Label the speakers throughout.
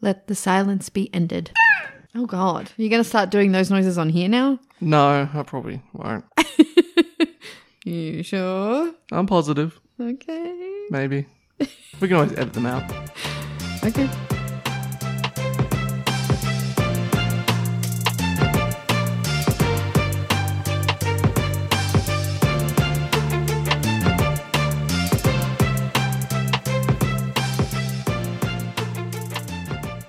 Speaker 1: Let the silence be ended. Oh God, you're gonna start doing those noises on here now?
Speaker 2: No, I probably won't.
Speaker 1: You sure?
Speaker 2: I'm positive.
Speaker 1: Okay.
Speaker 2: Maybe. We can always edit them out.
Speaker 1: Okay.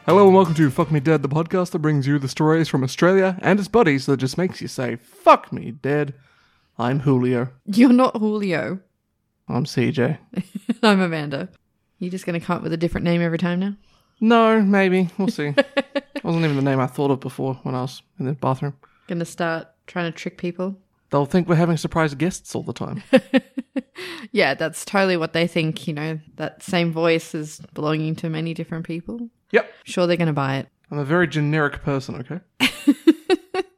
Speaker 2: Hello and welcome to Fuck Me Dead, the podcast that brings you the stories from Australia and its buddies that just makes you say, Fuck me dead. I'm Julio.
Speaker 1: You're not Julio.
Speaker 2: I'm CJ.
Speaker 1: I'm Amanda. You're just gonna come up with a different name every time now?
Speaker 2: No, maybe. We'll see. Wasn't even the name I thought of before when I was in the bathroom.
Speaker 1: Gonna start trying to trick people?
Speaker 2: They'll think we're having surprise guests all the time.
Speaker 1: Yeah, that's totally what they think, you know, that same voice is belonging to many different people.
Speaker 2: yep.
Speaker 1: Sure they're gonna buy it.
Speaker 2: I'm a very generic person, okay?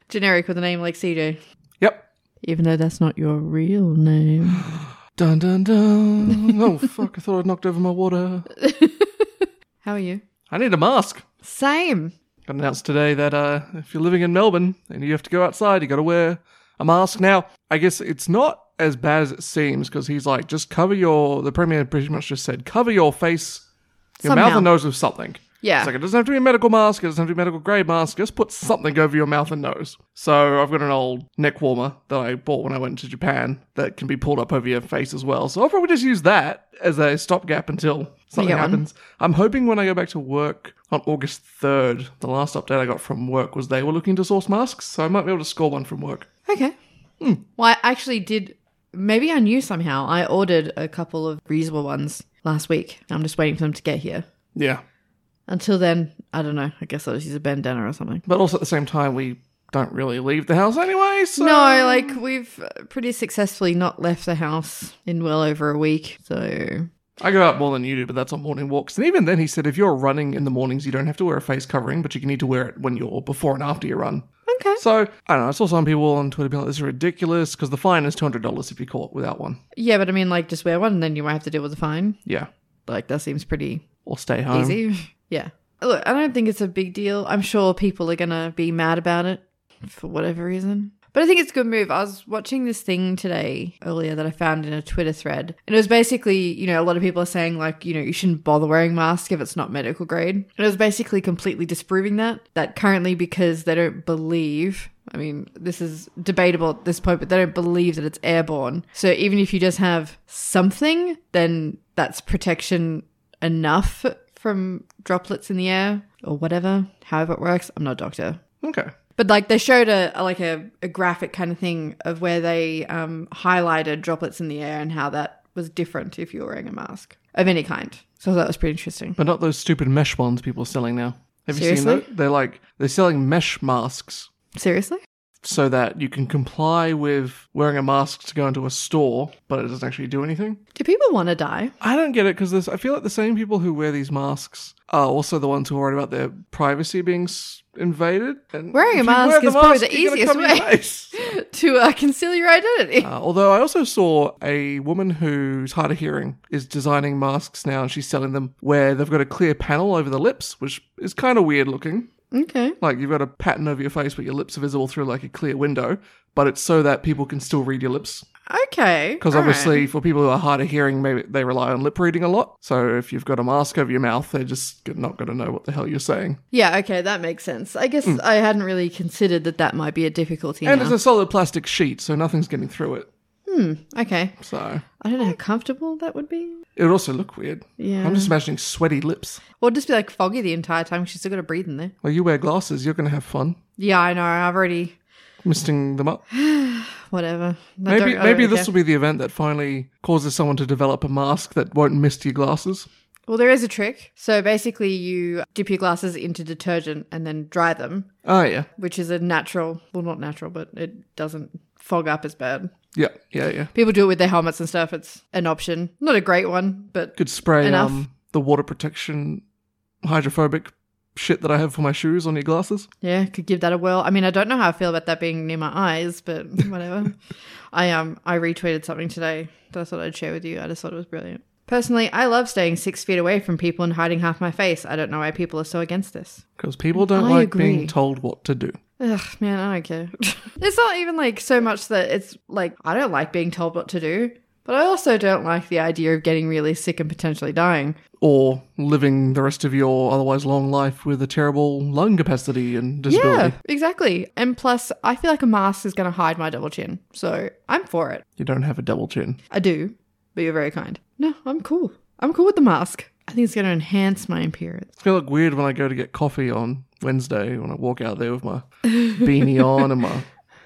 Speaker 1: Generic with a name like CJ.
Speaker 2: Yep.
Speaker 1: Even though that's not your real name.
Speaker 2: Dun dun dun. oh, fuck. I thought I'd knocked over my water.
Speaker 1: How are you?
Speaker 2: I need a mask.
Speaker 1: Same.
Speaker 2: Got announced today that uh, if you're living in Melbourne and you have to go outside, you got to wear a mask. Now, I guess it's not as bad as it seems because he's like, just cover your. The premier pretty much just said, cover your face, your mouth
Speaker 1: Somehow.
Speaker 2: and nose with something.
Speaker 1: Yeah.
Speaker 2: It's like it doesn't have to be a medical mask. It doesn't have to be a medical grade mask. Just put something over your mouth and nose. So I've got an old neck warmer that I bought when I went to Japan that can be pulled up over your face as well. So I'll probably just use that as a stopgap until something
Speaker 1: get one.
Speaker 2: happens. I'm hoping when I go back to work on August 3rd, the last update I got from work was they were looking to source masks. So I might be able to score one from work.
Speaker 1: Okay. Well, I actually did. Maybe I knew somehow. I ordered a couple of reusable ones last week. I'm just waiting for them to get here.
Speaker 2: Yeah.
Speaker 1: Until then, I don't know. I guess I'll just use a bandana or something.
Speaker 2: But also at the same time, we don't really leave the house anyway. So
Speaker 1: No, like we've pretty successfully not left the house in well over a week. So
Speaker 2: I go out more than you do, but that's on morning walks. And even then, he said if you're running in the mornings, you don't have to wear a face covering, but you need to wear it when you're before and after you run.
Speaker 1: okay.
Speaker 2: So I don't know. I saw some people on Twitter be like, "This is ridiculous," because the fine is two hundred dollars if you're caught without one.
Speaker 1: Yeah, but I mean, like just wear one, and then you might have to deal with the fine.
Speaker 2: Yeah,
Speaker 1: Like that seems pretty
Speaker 2: or stay home.
Speaker 1: easy. Yeah. Look, I don't think it's a big deal. I'm sure people are going to be mad about it for whatever reason. But I think it's a good move. I was watching this thing today earlier that I found in a Twitter thread. And it was basically, you know, a lot of people are saying, like, you know, you shouldn't bother wearing masks if it's not medical grade. And it was basically completely disproving that. That currently, because they don't believe, I mean, this is debatable at this point, but they don't believe that it's airborne. So even if you just have something, then that's protection enough from droplets in the air or whatever, however it works. I'm not a doctor.
Speaker 2: Okay.
Speaker 1: But like they showed a, a- like a, a graphic kind of thing of where they um, highlighted droplets in the air and how that was different if you were wearing a mask of any kind. So that was pretty interesting.
Speaker 2: But not those stupid mesh ones people are selling now. Have you seen
Speaker 1: Seriously?
Speaker 2: that? They're like they're selling mesh masks
Speaker 1: Seriously?
Speaker 2: so that you can comply with wearing a mask to go into a store, but it doesn't actually do anything.
Speaker 1: Do people want to die?
Speaker 2: I don't get it because I feel like the same people who wear these masks are also the ones who are worried about their privacy being s- invaded. And
Speaker 1: Wearing a
Speaker 2: if you
Speaker 1: mask
Speaker 2: wear the
Speaker 1: is probably the
Speaker 2: you're gonna
Speaker 1: easiest
Speaker 2: cover your
Speaker 1: way.
Speaker 2: face.
Speaker 1: to uh, conceal your identity.
Speaker 2: Uh, although I also saw a woman who's hard of hearing is designing masks now, and she's selling them where they've got a clear panel over the lips, which is kind of weird looking.
Speaker 1: okay.
Speaker 2: Like you've got a pattern over your face, but your lips are visible through like a clear window. But it's so that people can still read your lips.
Speaker 1: Okay.
Speaker 2: Because
Speaker 1: All right.
Speaker 2: obviously, for people who are hard of hearing, maybe they rely on lip reading a lot. So if you've got a mask over your mouth, they're just not going to know what the hell you're saying.
Speaker 1: Yeah, okay, that makes sense. I guess I hadn't really considered that that might be a difficulty.
Speaker 2: Mm. And
Speaker 1: now.
Speaker 2: it's a solid plastic sheet, so nothing's getting through it.
Speaker 1: okay.
Speaker 2: So
Speaker 1: I don't know how comfortable that would be.
Speaker 2: it would also look weird.
Speaker 1: Yeah.
Speaker 2: I'm just imagining sweaty lips.
Speaker 1: Or just be like foggy the entire time. 'cause She's still got to breathe in there.
Speaker 2: Well, you wear glasses, you're going to have fun
Speaker 1: Yeah, I know. I've already
Speaker 2: misting them up.
Speaker 1: whatever.
Speaker 2: Maybe maybe this will be the event that finally causes someone to develop a mask that won't mist your glasses.
Speaker 1: Well, there is a trick. So basically, you dip your glasses into detergent and then dry them,
Speaker 2: Oh yeah,
Speaker 1: which is a natural. Well, not natural, but it doesn't fog up as bad.
Speaker 2: yeah, yeah, yeah.
Speaker 1: People do it with their helmets and stuff. It's an option. Not a great one, but
Speaker 2: Could spray
Speaker 1: Enough.
Speaker 2: um the water protection hydrophobic shit that I have for my shoes on your glasses.
Speaker 1: yeah, could give that a whirl. I mean, I don't know how I feel about that being near my eyes, but whatever. I um I retweeted something today that I thought I'd share with you. I just thought it was brilliant. Personally, I love staying six feet away from people and hiding half my face. I don't know why people are so against this.
Speaker 2: Because people don't
Speaker 1: I
Speaker 2: like being
Speaker 1: agree.
Speaker 2: told what to do.
Speaker 1: Ugh, man, I don't care. it's not even like so much that it's like I don't like being told what to do, but I also don't like the idea of getting really sick and potentially dying.
Speaker 2: Or living the rest of your otherwise long life with a terrible lung capacity and disability.
Speaker 1: Yeah, exactly. And plus, I feel like a mask is going to hide my double chin, so I'm for it.
Speaker 2: You don't have a double chin.
Speaker 1: I do, but you're very kind. No, I'm cool. I'm cool with the mask. I think it's going to enhance my appearance.
Speaker 2: It's gonna look weird when I go to get coffee on Wednesday when I walk out there with my beanie on and my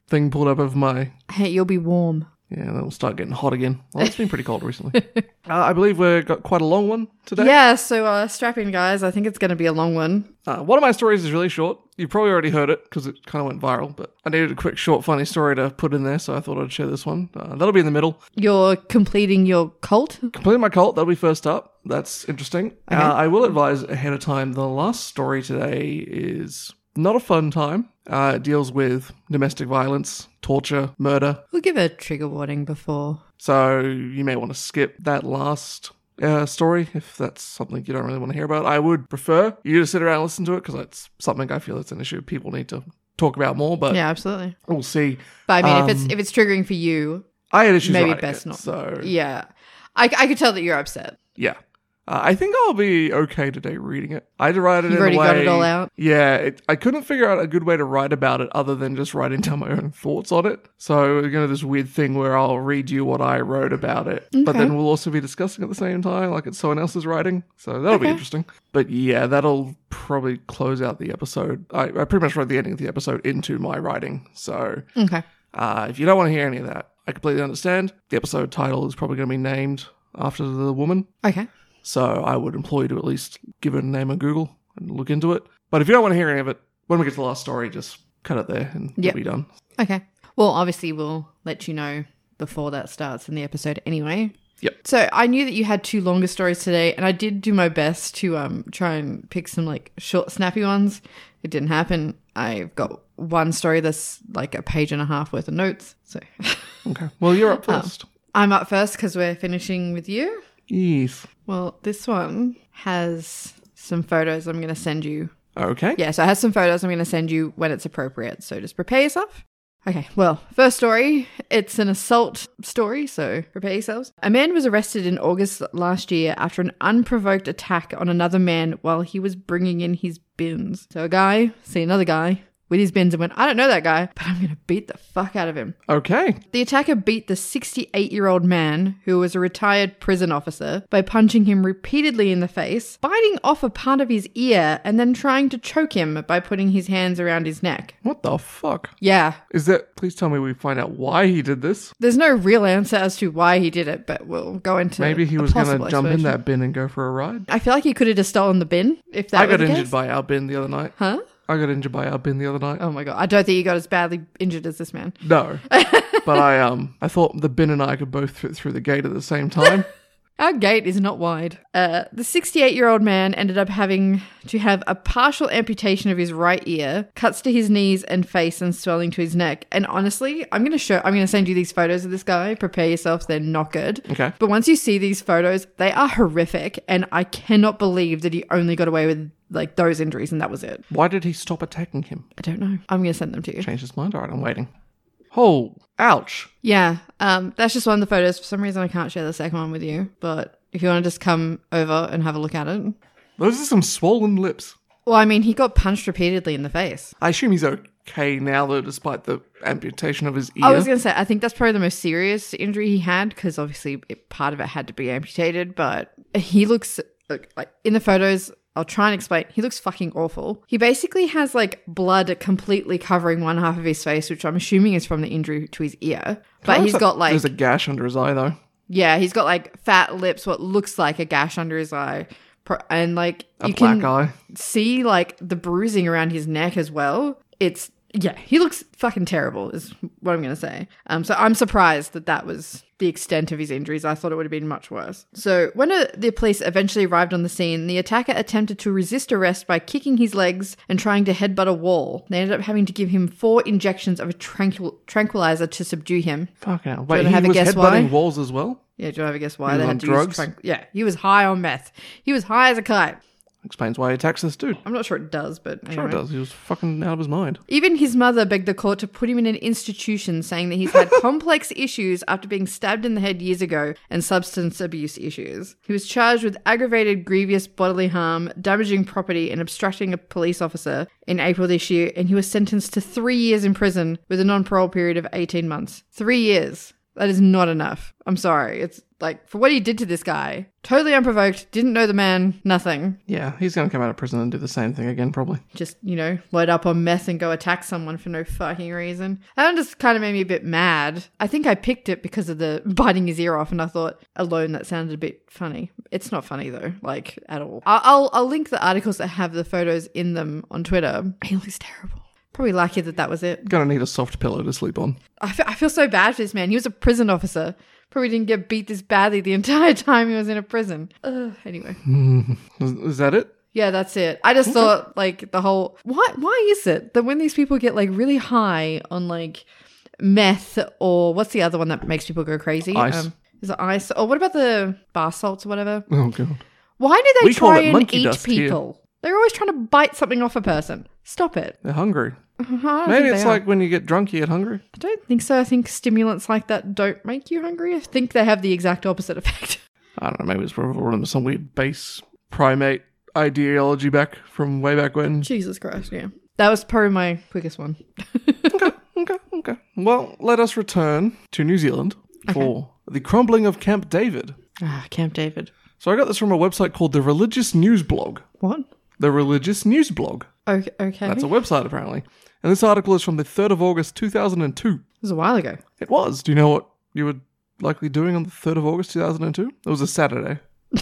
Speaker 2: thing pulled up over my
Speaker 1: Hey, you'll be warm.
Speaker 2: yeah. That'll start getting hot again. Well, it's been pretty cold recently. Uh, I believe we've got quite a long one today.
Speaker 1: Yeah, so uh, strap in, guys. I think it's going to be a long one.
Speaker 2: Uh, one of my stories is really short. You probably already heard it because it kind of went viral, but I needed a quick, short, funny story to put in there, so I thought I'd share this one. Uh, that'll be in the middle.
Speaker 1: You're completing your cult?
Speaker 2: Completing my cult, that'll be first up. That's interesting. Uh, I will advise ahead of time the last story today is not a fun time. Uh, it deals with domestic violence, torture, murder.
Speaker 1: We'll give a trigger warning before.
Speaker 2: So you may want to skip that last uh, story if that's something you don't really want to hear about. I would prefer you to sit around and listen to it because it's something I feel it's an issue people need to talk about more, but
Speaker 1: Yeah, absolutely.
Speaker 2: we'll see.
Speaker 1: But I mean,
Speaker 2: Um,
Speaker 1: if it's if it's triggering for you,
Speaker 2: I had issues
Speaker 1: Maybe
Speaker 2: writing
Speaker 1: best
Speaker 2: it,
Speaker 1: not.
Speaker 2: So
Speaker 1: yeah, I, I could tell that you're upset.
Speaker 2: yeah, uh, I think I'll be okay today reading it. I derided
Speaker 1: You've
Speaker 2: it
Speaker 1: already
Speaker 2: in a way,
Speaker 1: got it all out.
Speaker 2: Yeah, it, I couldn't figure out a good way to write about it other than just writing down my own thoughts on it. So we're gonna do this weird thing where I'll read you what I wrote about it, but
Speaker 1: Okay.
Speaker 2: then we'll also be discussing at the same time, like it's someone else's writing. So that'll be
Speaker 1: Okay.
Speaker 2: interesting. But yeah, that'll probably close out the episode. I, I pretty much wrote the ending of the episode into my writing, so
Speaker 1: Okay.
Speaker 2: uh, if you don't want to hear any of that, I completely understand. The episode title is probably going to be named after the woman,
Speaker 1: Okay.
Speaker 2: so I would implore you to at least give it a name on Google and look into it. But if you don't want to hear any of it, when we get to the last story, just cut it there and
Speaker 1: Yep.
Speaker 2: we'll be done.
Speaker 1: Okay. Well, obviously, we'll let you know before that starts in the episode anyway.
Speaker 2: Yep.
Speaker 1: So I knew that you had two longer stories today, and I did do my best to um try and pick some like short, snappy ones. It didn't happen. I've got one story that's like a page and a half worth of notes. So
Speaker 2: Okay. Well, you're
Speaker 1: Oh.
Speaker 2: up first.
Speaker 1: I'm up first because we're finishing with you.
Speaker 2: Yes.
Speaker 1: Well, this one has some photos I'm going to send you
Speaker 2: Okay.
Speaker 1: yeah, so I have some photos I'm going to send you when it's appropriate. So just prepare yourself. Okay, well, first story. It's an assault story, so prepare yourselves. A man was arrested in August last year after an unprovoked attack on another man while he was bringing in his bins. So a guy, see another guy with his bins and went, I don't know that guy, but I'm going to beat the fuck out of him.
Speaker 2: Okay.
Speaker 1: The attacker beat the 68 year old man, who was a retired prison officer, by punching him repeatedly in the face, biting off a part of his ear, and then trying to choke him by putting his hands around his neck.
Speaker 2: What the fuck?
Speaker 1: Yeah,
Speaker 2: Is that? Please tell me we find out why he did this.
Speaker 1: there's no real answer as to why he did it, but we'll go into
Speaker 2: Maybe he
Speaker 1: a
Speaker 2: was going
Speaker 1: possible
Speaker 2: to jump in
Speaker 1: explanation.
Speaker 2: that bin and go for a ride.
Speaker 1: I feel like he could have just stolen the bin if that
Speaker 2: I
Speaker 1: were
Speaker 2: got
Speaker 1: the
Speaker 2: injured
Speaker 1: case.
Speaker 2: by our bin the other night.
Speaker 1: Huh?
Speaker 2: I got injured by our bin the other night.
Speaker 1: Oh my god, I don't think he got as badly injured as this man.
Speaker 2: No. but I um I thought the bin and I could both fit through the gate at the same time.
Speaker 1: Our gate is not wide. Uh, the 68 year old man ended up having to have a partial amputation of his right ear, cuts to his knees and face, and swelling to his neck. And honestly, I'm going to show, I'm going to send you these photos of this guy. Prepare yourself, they're not good.
Speaker 2: Okay.
Speaker 1: But once you see these photos, they are horrific. And I cannot believe that he only got away with like those injuries and that was it.
Speaker 2: Why did he stop attacking him?
Speaker 1: I don't know. I'm going to send them to you.
Speaker 2: Change his mind? Alright, I'm waiting. Oh ouch.
Speaker 1: Yeah, um, that's just one of the photos. For some reason, I can't share the second one with you. But if you want to just come over and have a look at it.
Speaker 2: Those are some swollen lips.
Speaker 1: Well, I mean, he got punched repeatedly in the face.
Speaker 2: I assume he's okay now though, despite the amputation of his ear.
Speaker 1: I was going to say, I think that's probably the most serious injury he had because obviously it, part of it had to be amputated, but he looks look, like in the photos. I'll try and explain. He looks fucking awful. He basically has like blood completely covering one half of his face, which I'm assuming is from the injury to his ear. But he's got like,
Speaker 2: There's a gash under his eye though.
Speaker 1: yeah, he's got like fat lips, what looks like a gash under his eye. Pro- And like,
Speaker 2: A
Speaker 1: you
Speaker 2: black
Speaker 1: can
Speaker 2: eye.
Speaker 1: see like the bruising around his neck as well. It's yeah, he looks fucking terrible, is what I'm going to say. Um, so I'm surprised that that was the extent of his injuries. I thought it would have been much worse. So when uh, the police eventually arrived on the scene, the attacker attempted to resist arrest by kicking his legs and trying to headbutt a wall. They ended up having to give him four injections of a tranquil- tranquilizer to subdue him.
Speaker 2: Fucking hell. Wait,
Speaker 1: wanna
Speaker 2: he
Speaker 1: have a
Speaker 2: was
Speaker 1: guess
Speaker 2: headbutting
Speaker 1: why?
Speaker 2: walls as well?
Speaker 1: Yeah, do you ever guess why
Speaker 2: He was
Speaker 1: they
Speaker 2: on
Speaker 1: had to
Speaker 2: drugs?
Speaker 1: use tranq- Yeah, he was high on meth. He was high as a kite.
Speaker 2: Explains why he attacks this dude.
Speaker 1: I'm not sure it does, but anyway.
Speaker 2: Sure does. He was fucking out of his mind.
Speaker 1: Even his mother begged the court to put him in an institution, saying that he's had complex issues after being stabbed in the head years ago and substance abuse issues. He was charged with aggravated grievous bodily harm, damaging property, and obstructing a police officer in April this year, and he was sentenced to three years in prison with a non parole period of 18 months. Three years. That is not enough. I'm sorry. It's like, for what he did to this guy, totally unprovoked, didn't know the man, nothing.
Speaker 2: Yeah, he's going to come out of prison and do the same thing again, probably.
Speaker 1: just you know load up on meth and go attack someone for no fucking reason. That one just kind of made me a bit mad. I think I picked it because of the biting his ear off, and I thought alone that sounded a bit funny. It's not funny though, like at all. I- I'll I'll link the articles that have the photos in them on Twitter. He looks terrible. Probably lucky that that was it.
Speaker 2: Gonna need a soft pillow to sleep on.
Speaker 1: I fe- I feel so bad for this man. He was a prison officer. Probably didn't get beat this badly the entire time he was in a prison. Ugh, anyway.
Speaker 2: Is, is that it?
Speaker 1: Yeah, that's it. I just thought like the whole why why is it that when these people get like really high on like meth or what's the other one that makes people go crazy? Um,
Speaker 2: Ice.
Speaker 1: is it ice? Or what about the bar salts or whatever?
Speaker 2: Oh, God.
Speaker 1: Why do they
Speaker 2: We call
Speaker 1: try
Speaker 2: it
Speaker 1: and
Speaker 2: monkey
Speaker 1: eat
Speaker 2: dust here.
Speaker 1: people? They're always trying to bite something off a person. Stop it.
Speaker 2: They're hungry.
Speaker 1: I don't
Speaker 2: Maybe
Speaker 1: think
Speaker 2: it's
Speaker 1: they are.
Speaker 2: like when you get drunk, you get hungry.
Speaker 1: I don't think so. I think stimulants like that don't make you hungry. I think they have the exact opposite effect.
Speaker 2: I don't know. Maybe it's from some weird base primate ideology back from way back when.
Speaker 1: Jesus Christ, yeah. That was probably my quickest one.
Speaker 2: Okay, okay. Well, let us return to New Zealand for the crumbling of Camp David.
Speaker 1: Ah, Camp David.
Speaker 2: So I got this from a website called the Religious News Blog.
Speaker 1: What?
Speaker 2: The Religious News Blog.
Speaker 1: Okay. okay.
Speaker 2: That's a website, apparently. And this article is from the 3rd of August, 2002.
Speaker 1: It was a while ago.
Speaker 2: It was. Do you know what you were likely doing on the 3rd of August, 2002? It was a Saturday.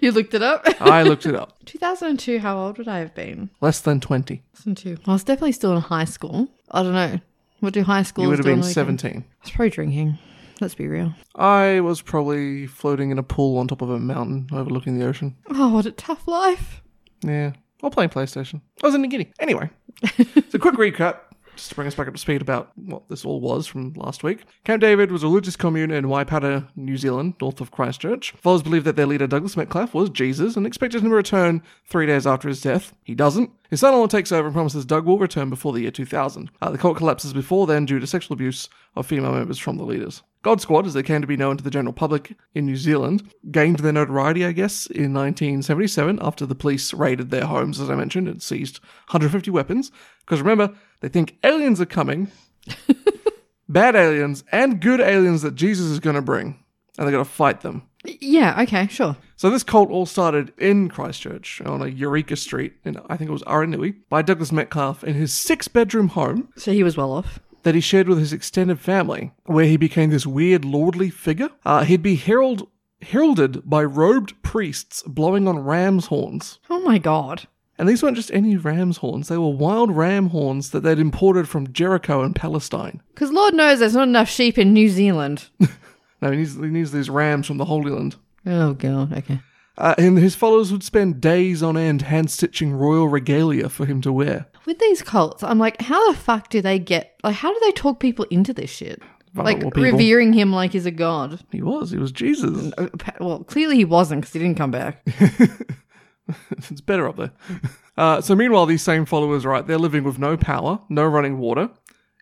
Speaker 1: You looked it up?
Speaker 2: I looked it up.
Speaker 1: 2002, how old would I have been?
Speaker 2: Less than 20.
Speaker 1: Listen to. I was definitely still in high school. I don't know. What do high school
Speaker 2: You would have been
Speaker 1: seventeen.
Speaker 2: 17.
Speaker 1: I was probably drinking. Let's be real.
Speaker 2: I was probably floating in a pool on top of a mountain overlooking the ocean.
Speaker 1: Oh, what a tough life.
Speaker 2: Yeah. Or playing PlayStation. I was in New Guinea. Anyway. so quick recap, just to bring us back up to speed about what this all was from last week. Camp David was a religious commune in Waipara, New Zealand, north of Christchurch. Followers believed that their leader Douglas Metcalfe was Jesus and expected him to return three days after his death. He doesn't. His son-in-law takes over and promises Doug will return before the year 2000. Uh, the cult collapses before then due to sexual abuse of female members from the leaders. God Squad, as they came to be known to the general public in New Zealand, gained their notoriety, I guess, in 1977 after the police raided their homes, as I mentioned, and seized 150 weapons. Because remember, they think aliens are coming, bad aliens and good aliens that Jesus is going to bring, and they're going to fight them.
Speaker 1: Y- Yeah, okay, sure.
Speaker 2: So this cult all started in Christchurch on a Eureka Street, in I think it was Aranui, by Douglas Metcalfe in his six-bedroom home
Speaker 1: So he was well off.
Speaker 2: that he shared with his extended family, where he became this weird lordly figure. Uh, he'd be herald- heralded by robed priests blowing on ram's horns.
Speaker 1: Oh my god.
Speaker 2: And these weren't just any ram's horns, they were wild ram horns that they'd imported from Jericho and Palestine.
Speaker 1: Because Lord knows there's not enough sheep in New Zealand.
Speaker 2: No, he needs, he needs these rams from the Holy Land.
Speaker 1: oh god, okay.
Speaker 2: Uh, and his followers would spend days on end hand stitching royal regalia for him to wear.
Speaker 1: With these cults, I'm like, how the fuck do they get, like, how do they talk people into this shit? Like,
Speaker 2: Vulnerable people.
Speaker 1: revering him like he's a god.
Speaker 2: He was, he was Jesus.
Speaker 1: Uh, pa- Well, clearly he wasn't because he didn't come back.
Speaker 2: it's better up there. Uh, so meanwhile, these same followers, right, they're living with no power, no running water,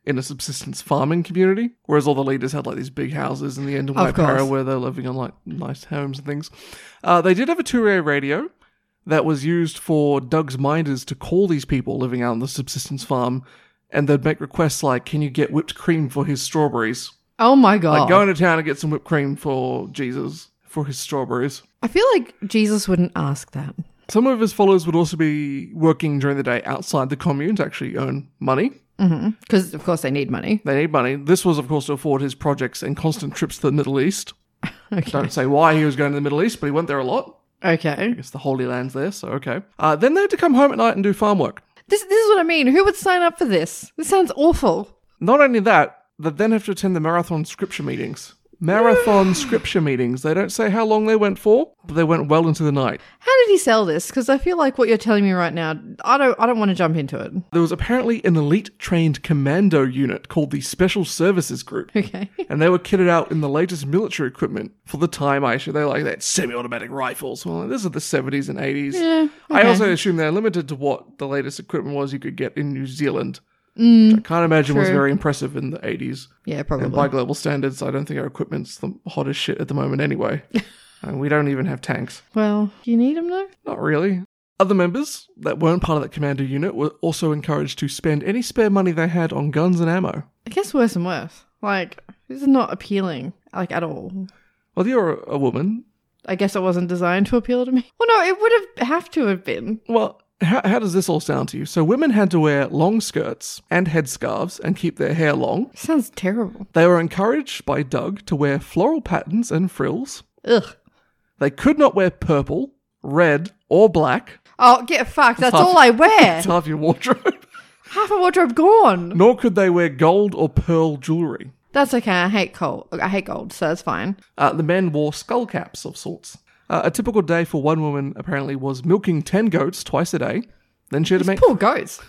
Speaker 2: in a subsistence farming community, whereas all the leaders had like these big houses in the end of
Speaker 1: Of course.
Speaker 2: Waipara where they're living on like nice homes and things. Uh, they did have a two-way radio that was used for Doug's minders to call these people living out on the subsistence farm, and they'd make requests like, "Can you get whipped cream for his strawberries?"
Speaker 1: Oh my god.
Speaker 2: Like going to town and get some whipped cream for Jesus for his strawberries.
Speaker 1: I feel like Jesus wouldn't ask that.
Speaker 2: Some of his followers would also be working during the day outside the commune to actually earn money.
Speaker 1: Because, of course, they need money.
Speaker 2: They need money. This was, of course, to afford his projects and constant trips to the Middle East.
Speaker 1: Okay.
Speaker 2: Don't say why he was going to the Middle East, but he went there a lot.
Speaker 1: Okay.
Speaker 2: It's the Holy Land's there, so okay. Uh, then they had to come home at night and do farm work.
Speaker 1: This this is what I mean. Who would sign up for this? This sounds awful.
Speaker 2: Not only that, they then have to attend the marathon scripture meetings. Marathon scripture meetings. They don't say how long they went for, but they went well into the night.
Speaker 1: How did he sell this? Because I feel like what you're telling me right now, I don't I don't want to jump into it.
Speaker 2: There was apparently an elite trained commando unit called the Special Services Group.
Speaker 1: Okay.
Speaker 2: and they were kitted out in the latest military equipment for the time. I assume they like they had semi-automatic rifles. Well, this is the seventies and eighties.
Speaker 1: Yeah,
Speaker 2: I
Speaker 1: okay.
Speaker 2: also assume they're limited to what the latest equipment was you could get in New Zealand. which I can't imagine was
Speaker 1: Mm, true.
Speaker 2: very impressive in the eighties.
Speaker 1: Yeah,
Speaker 2: And by
Speaker 1: probably.
Speaker 2: global standards, I don't think our equipment's the hottest shit at the moment anyway. and we don't even have tanks.
Speaker 1: Well, do you need him though?
Speaker 2: Not really. Other members that weren't part of that commando unit were also encouraged to spend any spare money they had on guns and ammo.
Speaker 1: It gets worse and worse. Like this is not appealing, like at all.
Speaker 2: Well, you're a woman,
Speaker 1: I guess it wasn't designed to appeal to me. Well, no, it would have have to have been.
Speaker 2: Well, how, how does this all sound to you? So, women had to wear long skirts and headscarves and keep their hair long.
Speaker 1: Sounds terrible.
Speaker 2: They were encouraged by Doug to wear floral patterns and frills.
Speaker 1: Ugh.
Speaker 2: They could not wear purple, red, or black.
Speaker 1: Oh, get fucked. That's
Speaker 2: Half-
Speaker 1: all I wear.
Speaker 2: It's half your wardrobe.
Speaker 1: Half a wardrobe gone.
Speaker 2: Nor could they wear gold or pearl jewelry.
Speaker 1: That's okay. I hate gold. I hate gold, so that's fine.
Speaker 2: Uh, the men wore skull caps of sorts. Uh, a typical day for one woman apparently was milking 10 goats twice a day. Then she had to make
Speaker 1: Poor goats.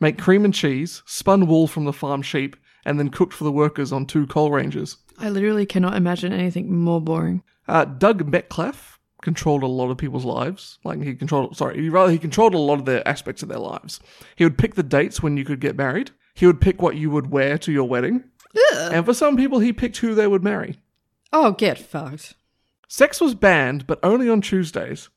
Speaker 2: make cream and cheese, spun wool from the farm sheep, and then cooked for the workers on two coal ranges.
Speaker 1: I literally cannot imagine anything more boring.
Speaker 2: Uh, Doug Metcalf controlled a lot of people's lives. Like he controlled, sorry, he rather he controlled a lot of the aspects of their lives. He would pick the dates when you could get married. He would pick what you would wear to your wedding. And for some people, he picked who they would marry.
Speaker 1: Oh, get fucked.
Speaker 2: Sex was banned, but only on Tuesdays.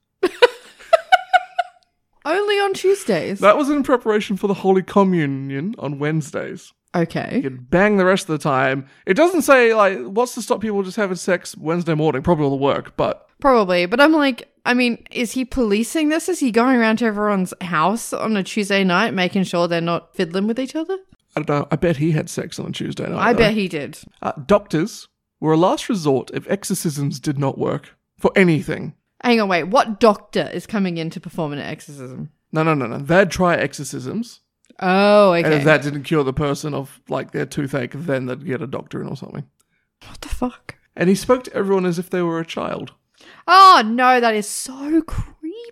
Speaker 1: Only on Tuesdays.
Speaker 2: That was in preparation for the Holy Communion on Wednesdays.
Speaker 1: okay.
Speaker 2: You could bang the rest of the time. It doesn't say like what's to stop people just having sex Wednesday morning. Probably all the work, but
Speaker 1: Probably. But I'm like, I mean, is he policing this? Is he going around to everyone's house on a Tuesday night making sure they're not fiddling with each other?
Speaker 2: I don't know. I bet he had sex on a Tuesday night.
Speaker 1: I,
Speaker 2: though.
Speaker 1: bet he did.
Speaker 2: Uh, doctors were a last resort if exorcisms did not work for anything.
Speaker 1: Hang on, wait. What doctor is coming in to perform an exorcism?
Speaker 2: No, no, no, no. They'd try exorcisms,
Speaker 1: Oh,
Speaker 2: and
Speaker 1: okay.
Speaker 2: if that didn't cure the person of like their toothache, then they'd get a doctor in or something.
Speaker 1: what the fuck?
Speaker 2: And he spoke to everyone as if they were a child.
Speaker 1: Oh, no, that is so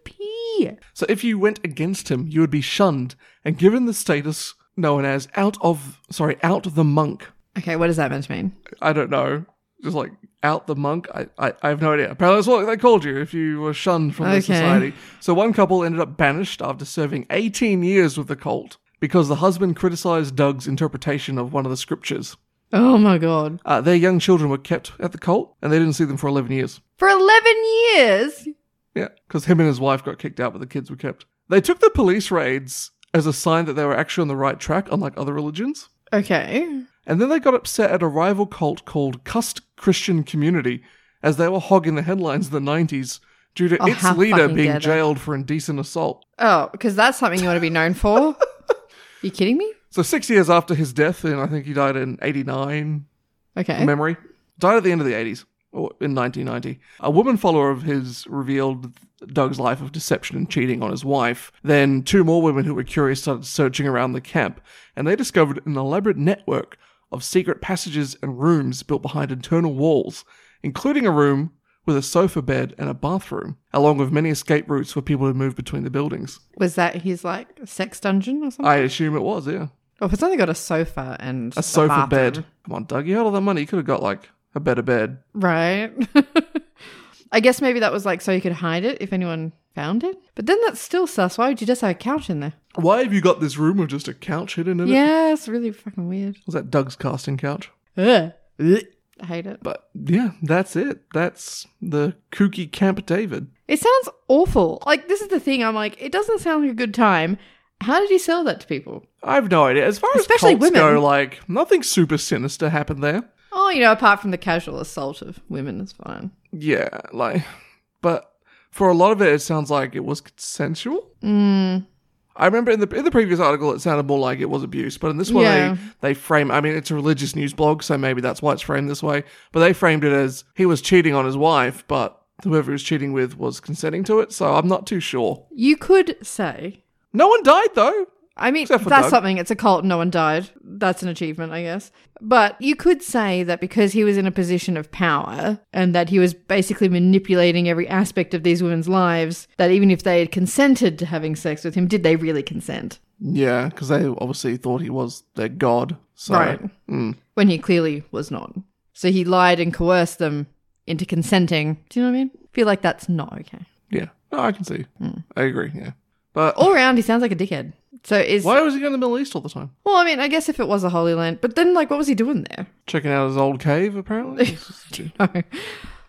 Speaker 1: creepy.
Speaker 2: So if you went against him, you would be shunned and given the status known as out of sorry out the monk.
Speaker 1: Okay, what does that meant to mean?
Speaker 2: I don't know, just like out the monk. I, I, I have no idea. Apparently, that's what they called you if you were shunned from the
Speaker 1: Okay.
Speaker 2: society. So one couple ended up banished after serving 18 years with the cult because the husband criticized Doug's interpretation of one of the scriptures.
Speaker 1: Oh, my God.
Speaker 2: Uh, their young children were kept at the cult, and they didn't see them for 11 years.
Speaker 1: For 11 years?
Speaker 2: Yeah, because him and his wife got kicked out, but the kids were kept. They took the police raids as a sign that they were actually on the right track, unlike other religions.
Speaker 1: Okay.
Speaker 2: And then they got upset at a rival cult called Cust Christian Community as they were hogging the headlines in the 90s due to
Speaker 1: Oh,
Speaker 2: its
Speaker 1: how
Speaker 2: leader
Speaker 1: fucking
Speaker 2: being
Speaker 1: dare they.
Speaker 2: jailed for indecent assault.
Speaker 1: Oh, because that's something you want to be known for? you kidding me?
Speaker 2: So, six years after his death, and I think he died in 89,
Speaker 1: Okay.
Speaker 2: memory, died at the end of the 80s, or in 1990, a woman follower of his revealed Doug's life of deception and cheating on his wife. Then, two more women who were curious started searching around the camp, and they discovered an elaborate network of secret passages and rooms built behind internal walls, including a room with a sofa bed and a bathroom, along with many escape routes for people who moved between the buildings.
Speaker 1: Was that his like sex dungeon or something?
Speaker 2: I assume it was, yeah.
Speaker 1: oh, if it's only got a sofa and
Speaker 2: A
Speaker 1: bathroom.
Speaker 2: sofa bed. Come on, Doug, you had all that money. You could have got, like, a better bed.
Speaker 1: Right. I guess maybe that was like so you could hide it if anyone found it. But then that's still sus. Why would you just have a couch in there?
Speaker 2: Why have you got this room with just a couch hidden in it?
Speaker 1: Yeah, it's really fucking weird.
Speaker 2: Was that Doug's casting couch?
Speaker 1: Ugh. Ugh. I hate it.
Speaker 2: But yeah, that's it. That's the kooky Camp David.
Speaker 1: It sounds awful. Like this is the thing. I'm like, it doesn't sound like a good time. How did he sell that to people?
Speaker 2: I have no idea. As far
Speaker 1: Especially
Speaker 2: as cults go,
Speaker 1: women.
Speaker 2: like nothing super sinister happened there.
Speaker 1: Oh, you know, apart from the casual assault of women, is fine.
Speaker 2: Yeah, like, but for a lot of it, it sounds like it was consensual.
Speaker 1: Mm.
Speaker 2: I remember in the in the previous article, it sounded more like it was abuse, but in this one,
Speaker 1: Yeah.
Speaker 2: they, they frame. I mean, it's a religious news blog, so maybe that's why it's framed this way. But they framed it as he was cheating on his wife, but whoever he was cheating with was consenting to it. So I'm not too sure.
Speaker 1: You could say
Speaker 2: No one died though.
Speaker 1: I mean,
Speaker 2: Except
Speaker 1: that's
Speaker 2: for Doug.
Speaker 1: something. It's a cult. No one died. That's an achievement, I guess. But you could say that because he was in a position of power and that he was basically manipulating every aspect of these women's lives, that even if they had consented to having sex with him, did they really consent?
Speaker 2: Yeah, because they obviously thought he was their god. So,
Speaker 1: Right.
Speaker 2: Mm.
Speaker 1: When he clearly was not. So he lied and coerced them into consenting. Do you know what I mean? I feel like that's not okay.
Speaker 2: Yeah. Mm. No, I can see. I agree. Yeah. But oh,
Speaker 1: All around, he sounds like a dickhead. So is.
Speaker 2: why was he going to the Middle East all the time?
Speaker 1: Well, I mean, I guess if it was the Holy Land, but then, like, what was he doing there?
Speaker 2: Checking out his old cave, apparently.
Speaker 1: No.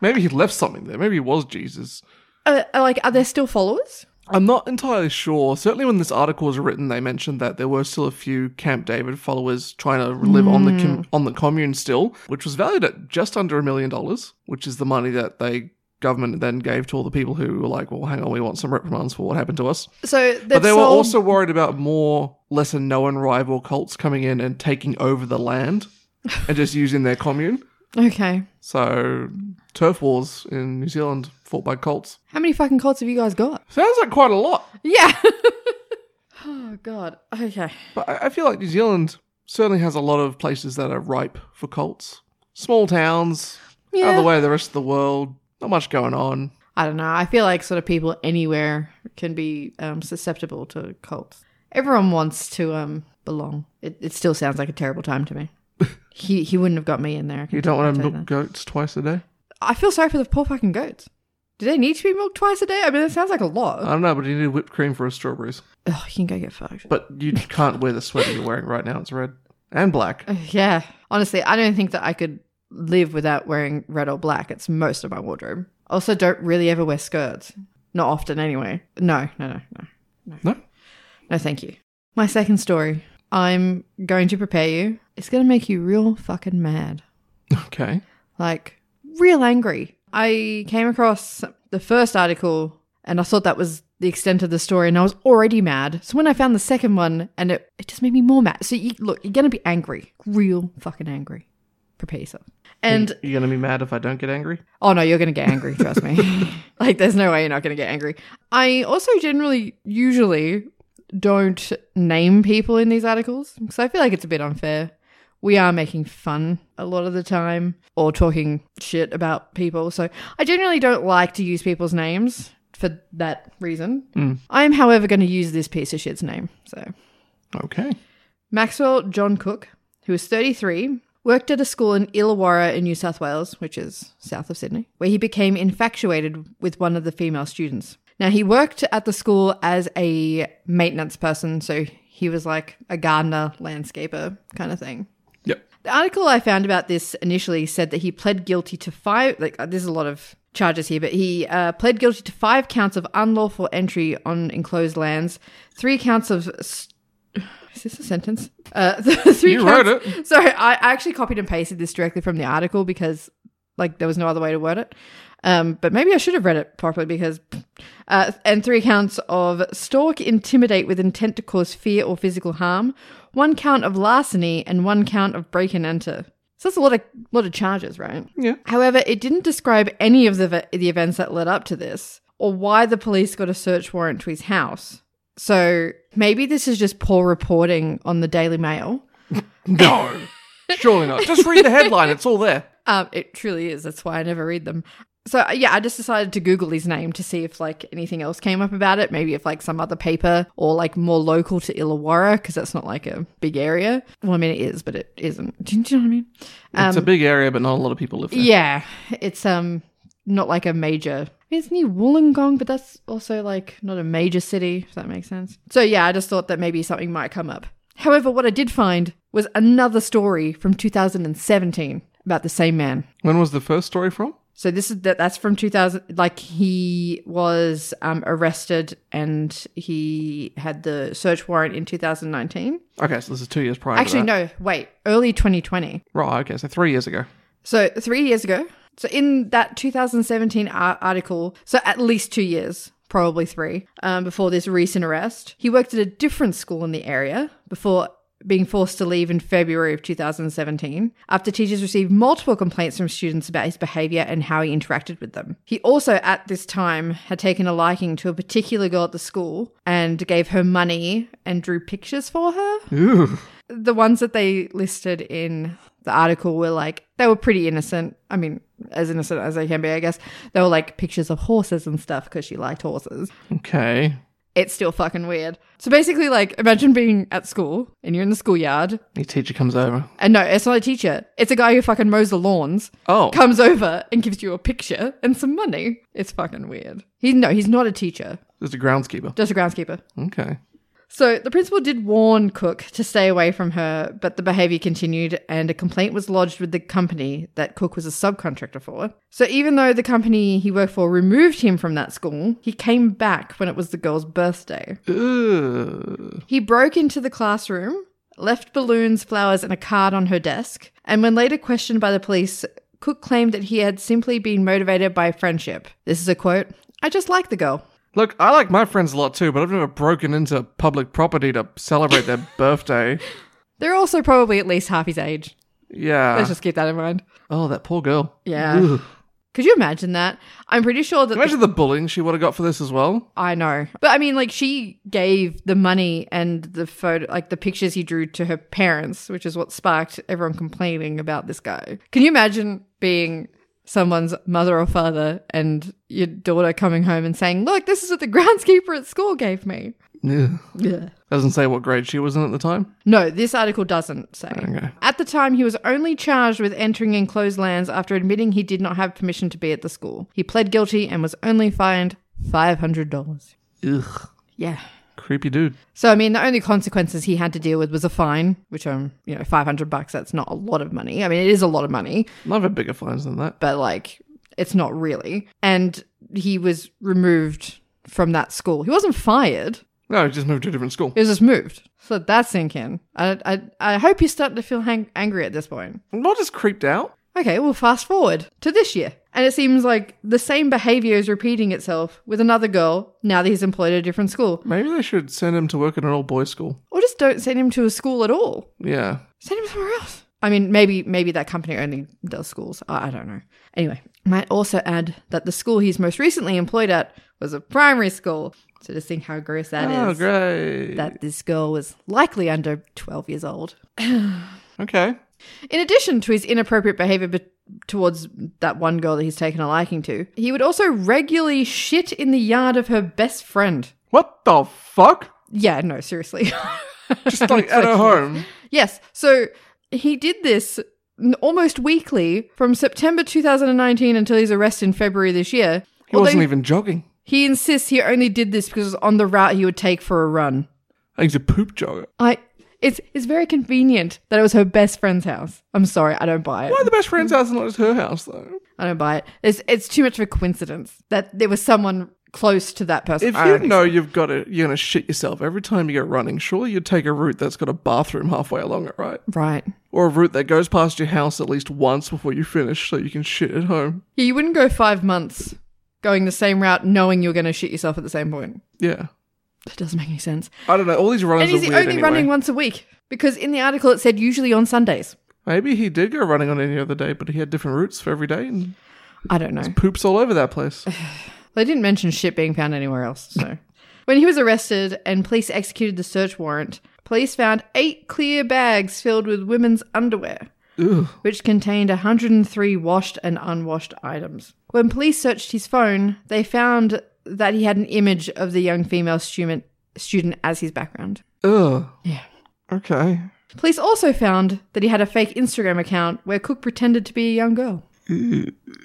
Speaker 2: Maybe he left something there. Maybe he was Jesus.
Speaker 1: Uh, like, are there still followers?
Speaker 2: I'm not entirely sure. Certainly, when this article was written, they mentioned that there were still a few Camp David followers trying to live on the com- on the commune still, which was valued at just under a million dollars, which is the money that they government then gave to all the people who were like, "Well, hang on, we want some reprimands for what happened to us."
Speaker 1: So they've
Speaker 2: But they were
Speaker 1: sold-
Speaker 2: also worried about more lesser known rival cults coming in and taking over the land and just using their commune.
Speaker 1: okay.
Speaker 2: So, turf wars in New Zealand fought by cults.
Speaker 1: How many fucking cults have you guys got?
Speaker 2: Sounds like quite a lot.
Speaker 1: Yeah. oh god. Okay.
Speaker 2: But I I feel like New Zealand certainly has a lot of places that are ripe for cults. Small towns, out of
Speaker 1: Yeah.
Speaker 2: the way of the rest of the world, not much going on.
Speaker 1: I don't know. I feel like sort of people anywhere can be um, susceptible to cults. Everyone wants to um, belong. It, it still sounds like a terrible time to me. he he wouldn't have got me in there. I can
Speaker 2: You don't want to
Speaker 1: tell
Speaker 2: milk goats twice a day?
Speaker 1: that. I feel sorry for the poor fucking goats. Do they need to be milked twice a day? I mean, that sounds like a
Speaker 2: I
Speaker 1: lot.
Speaker 2: don't know, but you need whipped cream for strawberries.
Speaker 1: Ugh, you can go get fucked.
Speaker 2: But you can't wear the sweater you're wearing right now. It's red and black.
Speaker 1: Uh, Yeah. Honestly, I don't think that I could live without wearing red or black. It's most of my wardrobe. Also, don't really ever wear skirts. Not often, anyway. No, no, no, no.
Speaker 2: No?
Speaker 1: No, thank you. My second story I'm going to prepare you. It's going to make you real fucking mad.
Speaker 2: Okay.
Speaker 1: Like, real angry. I came across the first article and I thought that was the extent of the story and I was already mad. So when I found the second one and it, it just made me more mad. So you look, you're going to be angry. Real fucking angry. Prepare yourself. And
Speaker 2: You're going to be mad if I don't get angry?
Speaker 1: Oh no, you're gonna get angry, trust me. like there's no way you're not gonna get angry. I also generally usually don't name people in these articles because I feel like it's a bit unfair. We are making fun a lot of the time or talking shit about people. So I generally don't like to use people's names for that reason. I am, however, going to use this piece of shit's name. So
Speaker 2: Okay.
Speaker 1: Maxwell John Cook, who was 33, worked at a school in Illawarra in New South Wales, which is south of Sydney, where he became infatuated with one of the female students. Now, he worked at the school as a maintenance person, so he was like a gardener, landscaper kind of thing.
Speaker 2: Yep.
Speaker 1: The article I found about this initially said that he pled guilty to five. Like, uh, there's a lot of charges here, but he uh, pled guilty to five counts of unlawful entry on enclosed lands, three counts of. St- is this a sentence? Uh, three
Speaker 2: You
Speaker 1: counts-
Speaker 2: wrote
Speaker 1: Sorry, I I actually copied and pasted this directly from the article because, like, there was no other way to word it. Um, but maybe I should have read it properly because, uh, and three counts of stalk, intimidate with intent to cause fear or physical harm, one count of larceny, and one count of break and enter. So that's a lot of lot of charges, right?
Speaker 2: Yeah.
Speaker 1: However, it didn't describe any of the ve- the events that led up to this or why the police got a search warrant to his house. So maybe this is just poor reporting on the Daily Mail.
Speaker 2: No. Surely not. Just read the headline. It's all there.
Speaker 1: Um, it truly is. That's why I never read them. So uh, yeah, I just decided to Google his name to see if like anything else came up about it. Maybe if like some other paper or like more local to Illawarra because that's not like a big area. Well, I mean it is, but it isn't. Do you, do you know what I mean? Um,
Speaker 2: it's a big area, but not a lot of people live there.
Speaker 1: Yeah, it's um not like a major. I mean, it's near Wollongong, but that's also like not a major city, if that makes sense. So yeah, I just thought that maybe something might come up. However, what I did find was another story from 2017 about the same man.
Speaker 2: When was the first story from?
Speaker 1: So this is that that's from 2000 like he was um, arrested and he had the search warrant in 2019.
Speaker 2: Okay, so this is two years prior.
Speaker 1: Actually
Speaker 2: to that.
Speaker 1: no, wait, early 2020.
Speaker 2: Right. Okay, so three years ago.
Speaker 1: So three years ago. So in that 2017 ar- article, so at least two years, probably three, um, before this recent arrest, he worked at a different school in the area before being forced to leave in February of 2017 after teachers received multiple complaints from students about his behavior and how he interacted with them. He also, at this time, had taken a liking to a particular girl at the school and gave her money and drew pictures for her.
Speaker 2: Ooh.
Speaker 1: The ones that they listed in the article were like, they were pretty innocent. I mean, as innocent as they can be, I guess. They were like pictures of horses and stuff because she liked horses
Speaker 2: Okay.
Speaker 1: it's still fucking weird. So basically, like, imagine being at school and you're in the schoolyard.
Speaker 2: Your teacher comes over.
Speaker 1: And no, it's not a teacher. It's a guy who fucking mows the lawns,
Speaker 2: Oh.
Speaker 1: comes over and gives you a picture and some money. It's fucking weird. He no, he's not a teacher,
Speaker 2: There's a groundskeeper.
Speaker 1: just a groundskeeper.
Speaker 2: Okay.
Speaker 1: So the principal did warn Cook to stay away from her, but the behavior continued and a complaint was lodged with the company that Cook was a subcontractor for. So even though the company he worked for removed him from that school, he came back when it was the girl's birthday.
Speaker 2: Ugh.
Speaker 1: He broke into the classroom, left balloons, flowers, and a card on her desk. And when later questioned by the police, Cook claimed that he had simply been motivated by friendship. This is a quote I just like the girl.
Speaker 2: Look, I like my friends a lot too, but I've never broken into public property to celebrate their birthday.
Speaker 1: They're also probably at least half his age.
Speaker 2: Yeah.
Speaker 1: Let's just keep that in mind.
Speaker 2: Oh, that poor girl.
Speaker 1: Yeah.
Speaker 2: Ugh.
Speaker 1: Could you imagine that? I'm pretty sure that. the-
Speaker 2: Imagine the bullying she would have got for this as well.
Speaker 1: I know. But I mean, like, she gave the money and the photo, like, the pictures he drew to her parents, which is what sparked everyone complaining about this guy. Can you imagine being someone's mother or father and your daughter coming home and saying, Look, this is what the groundskeeper at school gave me?
Speaker 2: Ugh.
Speaker 1: Yeah.
Speaker 2: Doesn't say what grade she was in at the time.
Speaker 1: No, this article doesn't say.
Speaker 2: Okay.
Speaker 1: At the time, he was only charged with entering enclosed lands after admitting he did not have permission to be at the school. He pled guilty and was only fined $500.
Speaker 2: Ugh.
Speaker 1: Yeah.
Speaker 2: Creepy dude.
Speaker 1: So I mean, the only consequences he had to deal with was a fine, which um, you know, five hundred bucks. That's not a lot of money. I mean, it is a lot of money,
Speaker 2: I've had bigger fines than that.
Speaker 1: but like, it's not really. And he was removed from that school. He wasn't fired.
Speaker 2: No, he just moved to a different school.
Speaker 1: He was just moved. So let that sink in. I, I, I hope you're starting to feel hang- angry at this point.
Speaker 2: I'm not just creeped out.
Speaker 1: Okay, well, fast forward to this year. And it seems like the same behavior is repeating itself with another girl now that he's employed at a different school.
Speaker 2: Maybe they should send him to work at an old boys school.
Speaker 1: Or just don't send him to a school at all.
Speaker 2: Yeah.
Speaker 1: Send him somewhere else. I mean, maybe maybe that company only does schools. I, I don't know. Anyway, might also add that the school he's most recently employed at was a primary school. So just think how gross that is.
Speaker 2: oh, great.
Speaker 1: That this girl was likely under 12 years old.
Speaker 2: okay.
Speaker 1: In addition to his inappropriate behavior be- towards that one girl that he's taken a liking to, he would also regularly shit in the yard of her best friend.
Speaker 2: What the fuck?
Speaker 1: Yeah, no, seriously.
Speaker 2: Just like at her home.
Speaker 1: Yes. So he did this n- almost weekly from September 2019 until his arrest in February this year.
Speaker 2: He wasn't even jogging.
Speaker 1: he insists he only did this because it was on the route he would take for a run.
Speaker 2: I think He's a poop jogger.
Speaker 1: I it's it's very convenient that it was her best friend's house. I'm sorry, I don't buy it.
Speaker 2: Why the best friend's house and not just her house though?
Speaker 1: I don't buy it. It's it's too much of a coincidence that there was someone close to that person.
Speaker 2: If
Speaker 1: I
Speaker 2: you
Speaker 1: don't
Speaker 2: know you've got to, you're gonna shit yourself every time you go running. Surely you'd take a route that's got a bathroom halfway along it, right?
Speaker 1: think- right.
Speaker 2: Or a route that goes past your house at least once before you finish, so you can shit at home.
Speaker 1: Yeah, you wouldn't go five months going the same route knowing you're gonna shit yourself at the same point.
Speaker 2: Yeah,
Speaker 1: That doesn't make any sense.
Speaker 2: I don't know. All these runners
Speaker 1: And he's
Speaker 2: are
Speaker 1: the
Speaker 2: weird
Speaker 1: only
Speaker 2: anyway.
Speaker 1: running once a week because in the article it said usually on Sundays.
Speaker 2: Maybe he did go running on any other day, but he had different routes for every day and
Speaker 1: I don't know.
Speaker 2: poops all over that place.
Speaker 1: They didn't mention shit being found anywhere else. So, when he was arrested and police executed the search warrant, police found eight clear bags filled with women's underwear,
Speaker 2: Ugh.
Speaker 1: which contained 103 washed and unwashed items. When police searched his phone, they found that he had an image of the young female student student as his background.
Speaker 2: Ugh.
Speaker 1: Yeah.
Speaker 2: Okay.
Speaker 1: Police also found that he had a fake Instagram account where Cook pretended to be a young girl.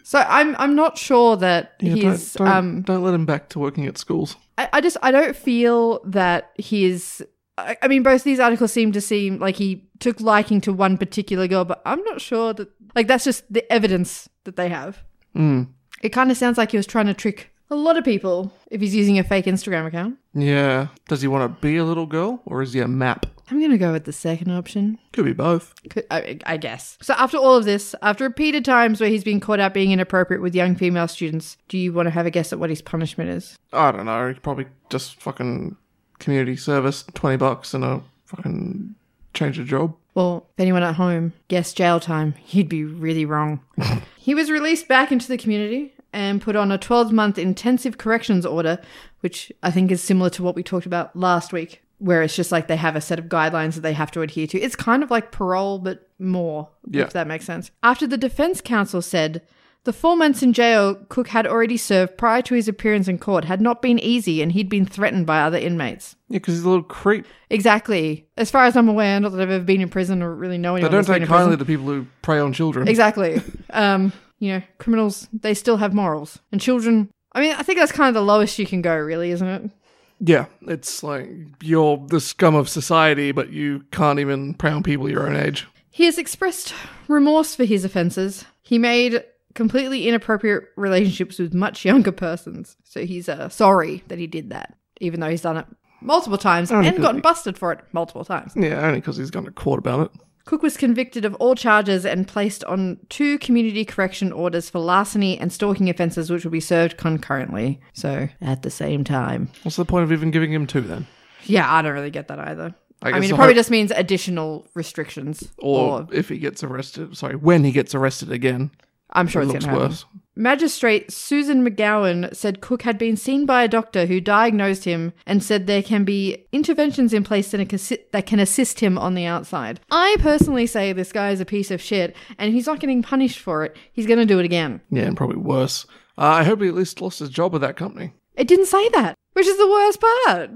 Speaker 1: So I'm I'm not sure that
Speaker 2: Yeah,
Speaker 1: he's
Speaker 2: don't, don't,
Speaker 1: um
Speaker 2: don't let him back to working at schools.
Speaker 1: I, I just I don't feel that he's I, I mean both these articles seem to seem like he took liking to one particular girl, but I'm not sure that like that's just the evidence that they have.
Speaker 2: Mm.
Speaker 1: It kind of sounds like he was trying to trick a lot of people if he's using a fake Instagram account.
Speaker 2: Yeah. Does he want to be a little girl or is he a map?
Speaker 1: I'm gonna go with the second option.
Speaker 2: Could be both.
Speaker 1: Could, I, I guess. So after all of this, after repeated times where he's been caught out being inappropriate with young female students, do you want to have a guess at what his punishment is?
Speaker 2: I don't know. Probably just fucking community service, 20 bucks and a fucking change of job.
Speaker 1: Well, if anyone at home guessed jail time, you'd be really wrong. he was released back into the community and put on a 12 month intensive corrections order, which I think is similar to what we talked about last week, where it's just like they have a set of guidelines that they have to adhere to. It's kind of like parole, but more,
Speaker 2: Yeah.
Speaker 1: if that makes sense. After the defense counsel said, the four months in jail Cook had already served prior to his appearance in court had not been easy, and he'd been threatened by other inmates.
Speaker 2: Yeah, because he's a little creep.
Speaker 1: Exactly. As far as I'm aware, not that I've ever been in prison or really know
Speaker 2: They
Speaker 1: anyone.
Speaker 2: don't
Speaker 1: that's been
Speaker 2: take
Speaker 1: in prison.
Speaker 2: kindly to people who prey on children.
Speaker 1: Exactly. um, you know, criminals they still have morals, and children. I mean, I think that's kind of the lowest you can go, really, isn't it?
Speaker 2: Yeah, it's like you're the scum of society, but you can't even prey on people your own age.
Speaker 1: He has expressed remorse for his offences. He made completely inappropriate relationships with much younger persons, so he's uh, sorry that he did that, even though he's done it multiple times
Speaker 2: Only
Speaker 1: and
Speaker 2: good
Speaker 1: gotten
Speaker 2: we-
Speaker 1: busted for it multiple times.
Speaker 2: Yeah, only because he's gone to court about it.
Speaker 1: Cook was convicted of all charges and placed on two community correction orders for larceny and stalking offences, which will be served concurrently. So, at the same time.
Speaker 2: What's the point of even giving him two then?
Speaker 1: Yeah, I don't really get that either.
Speaker 2: I
Speaker 1: I,
Speaker 2: guess
Speaker 1: mean, it
Speaker 2: the
Speaker 1: probably
Speaker 2: hope-
Speaker 1: just means additional restrictions.
Speaker 2: Or,
Speaker 1: Or,
Speaker 2: if he gets arrested, sorry, when he gets arrested again,
Speaker 1: I'm sure
Speaker 2: it
Speaker 1: it's going
Speaker 2: looks
Speaker 1: to happen.
Speaker 2: worse.
Speaker 1: Magistrate Susan McGowan said Cook had been seen by a doctor who diagnosed him and said there can be interventions in place that can- that can assist him on the outside. I personally say this guy is a piece of shit and he's not getting punished for it. He's going to do it again.
Speaker 2: Yeah, and probably worse. Uh, I hope he at least lost his job with that company.
Speaker 1: It didn't say that, which is the worst part.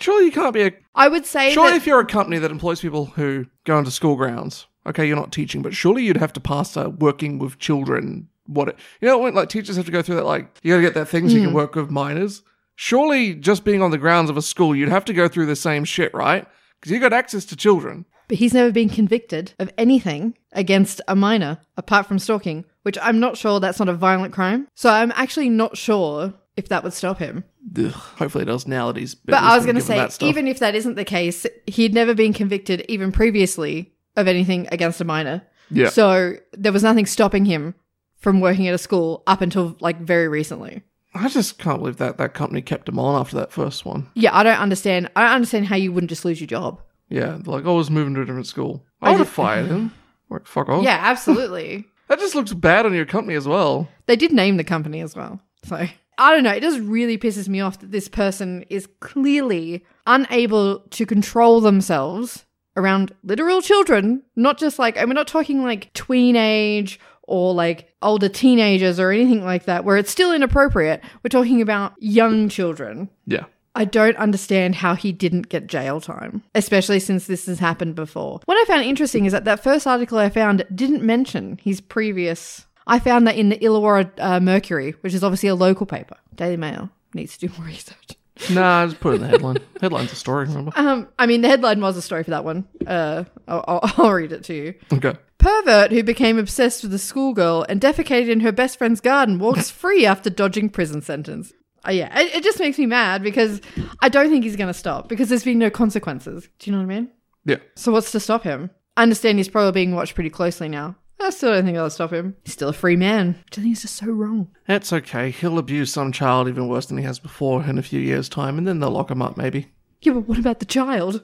Speaker 2: Surely you can't be a.
Speaker 1: I would say
Speaker 2: Surely
Speaker 1: that-
Speaker 2: if you're a company that employs people who go into school grounds, okay, you're not teaching, but surely you'd have to pass a working with children. What it, you know when like teachers have to go through that like you got to get that thing so
Speaker 1: Hmm.
Speaker 2: you can work with minors. Surely just being on the grounds of a school, you'd have to go through the same shit, right? Because you got access to children.
Speaker 1: but he's never been convicted of anything against a minor apart from stalking, which I'm not sure that's not a violent crime. So I'm actually not sure if that would stop him.
Speaker 2: Ugh, hopefully it does nowadays.
Speaker 1: But
Speaker 2: at least
Speaker 1: I was
Speaker 2: we
Speaker 1: going to
Speaker 2: can give them
Speaker 1: say,
Speaker 2: that stuff.
Speaker 1: even if that isn't the case, he'd never been convicted, even previously, of anything against a minor.
Speaker 2: Yeah.
Speaker 1: So there was nothing stopping him from working at a school up until like very recently.
Speaker 2: I just can't believe that that company kept him on after that first one.
Speaker 1: Yeah, I don't understand. I don't understand how you wouldn't just lose your job.
Speaker 2: Yeah, they're like, oh, he's moving to a different school. I would have fired him. Like, fuck off.
Speaker 1: Yeah, absolutely.
Speaker 2: That just looks bad on your company as well.
Speaker 1: they did name the company as well. So I don't know. It just really pisses me off that this person is clearly unable to control themselves around literal children, not just like, and we're not talking like tween age or like older teenagers or anything like that, where it's still inappropriate. We're talking about young children.
Speaker 2: Yeah.
Speaker 1: I don't understand how he didn't get jail time, especially since this has happened before. What I found interesting is that that first article I found didn't mention his previous. I found that in the Illawarra uh, Mercury, which is obviously a local paper. Daily Mail needs to do more research.
Speaker 2: Nah, just put it in the headline. Headline's a story, remember?
Speaker 1: Um, I mean, the headline was a story for that one. Uh, I'll, I'll, I'll read it to you.
Speaker 2: Okay.
Speaker 1: Pervert who became obsessed with a schoolgirl and defecated in her best friend's garden walks free after dodging prison sentence. Uh, yeah, it, it just makes me mad because I don't think he's going to stop because there's been no consequences. Do you know what I mean?
Speaker 2: Yeah.
Speaker 1: So what's to stop him? I understand he's probably being watched pretty closely now. I still don't think that'll stop him. He's still a free man, which I think is just so wrong.
Speaker 2: That's okay. He'll abuse some child even worse than he has before in a few years' time, and then they'll lock him up, maybe.
Speaker 1: Yeah, but what about the child?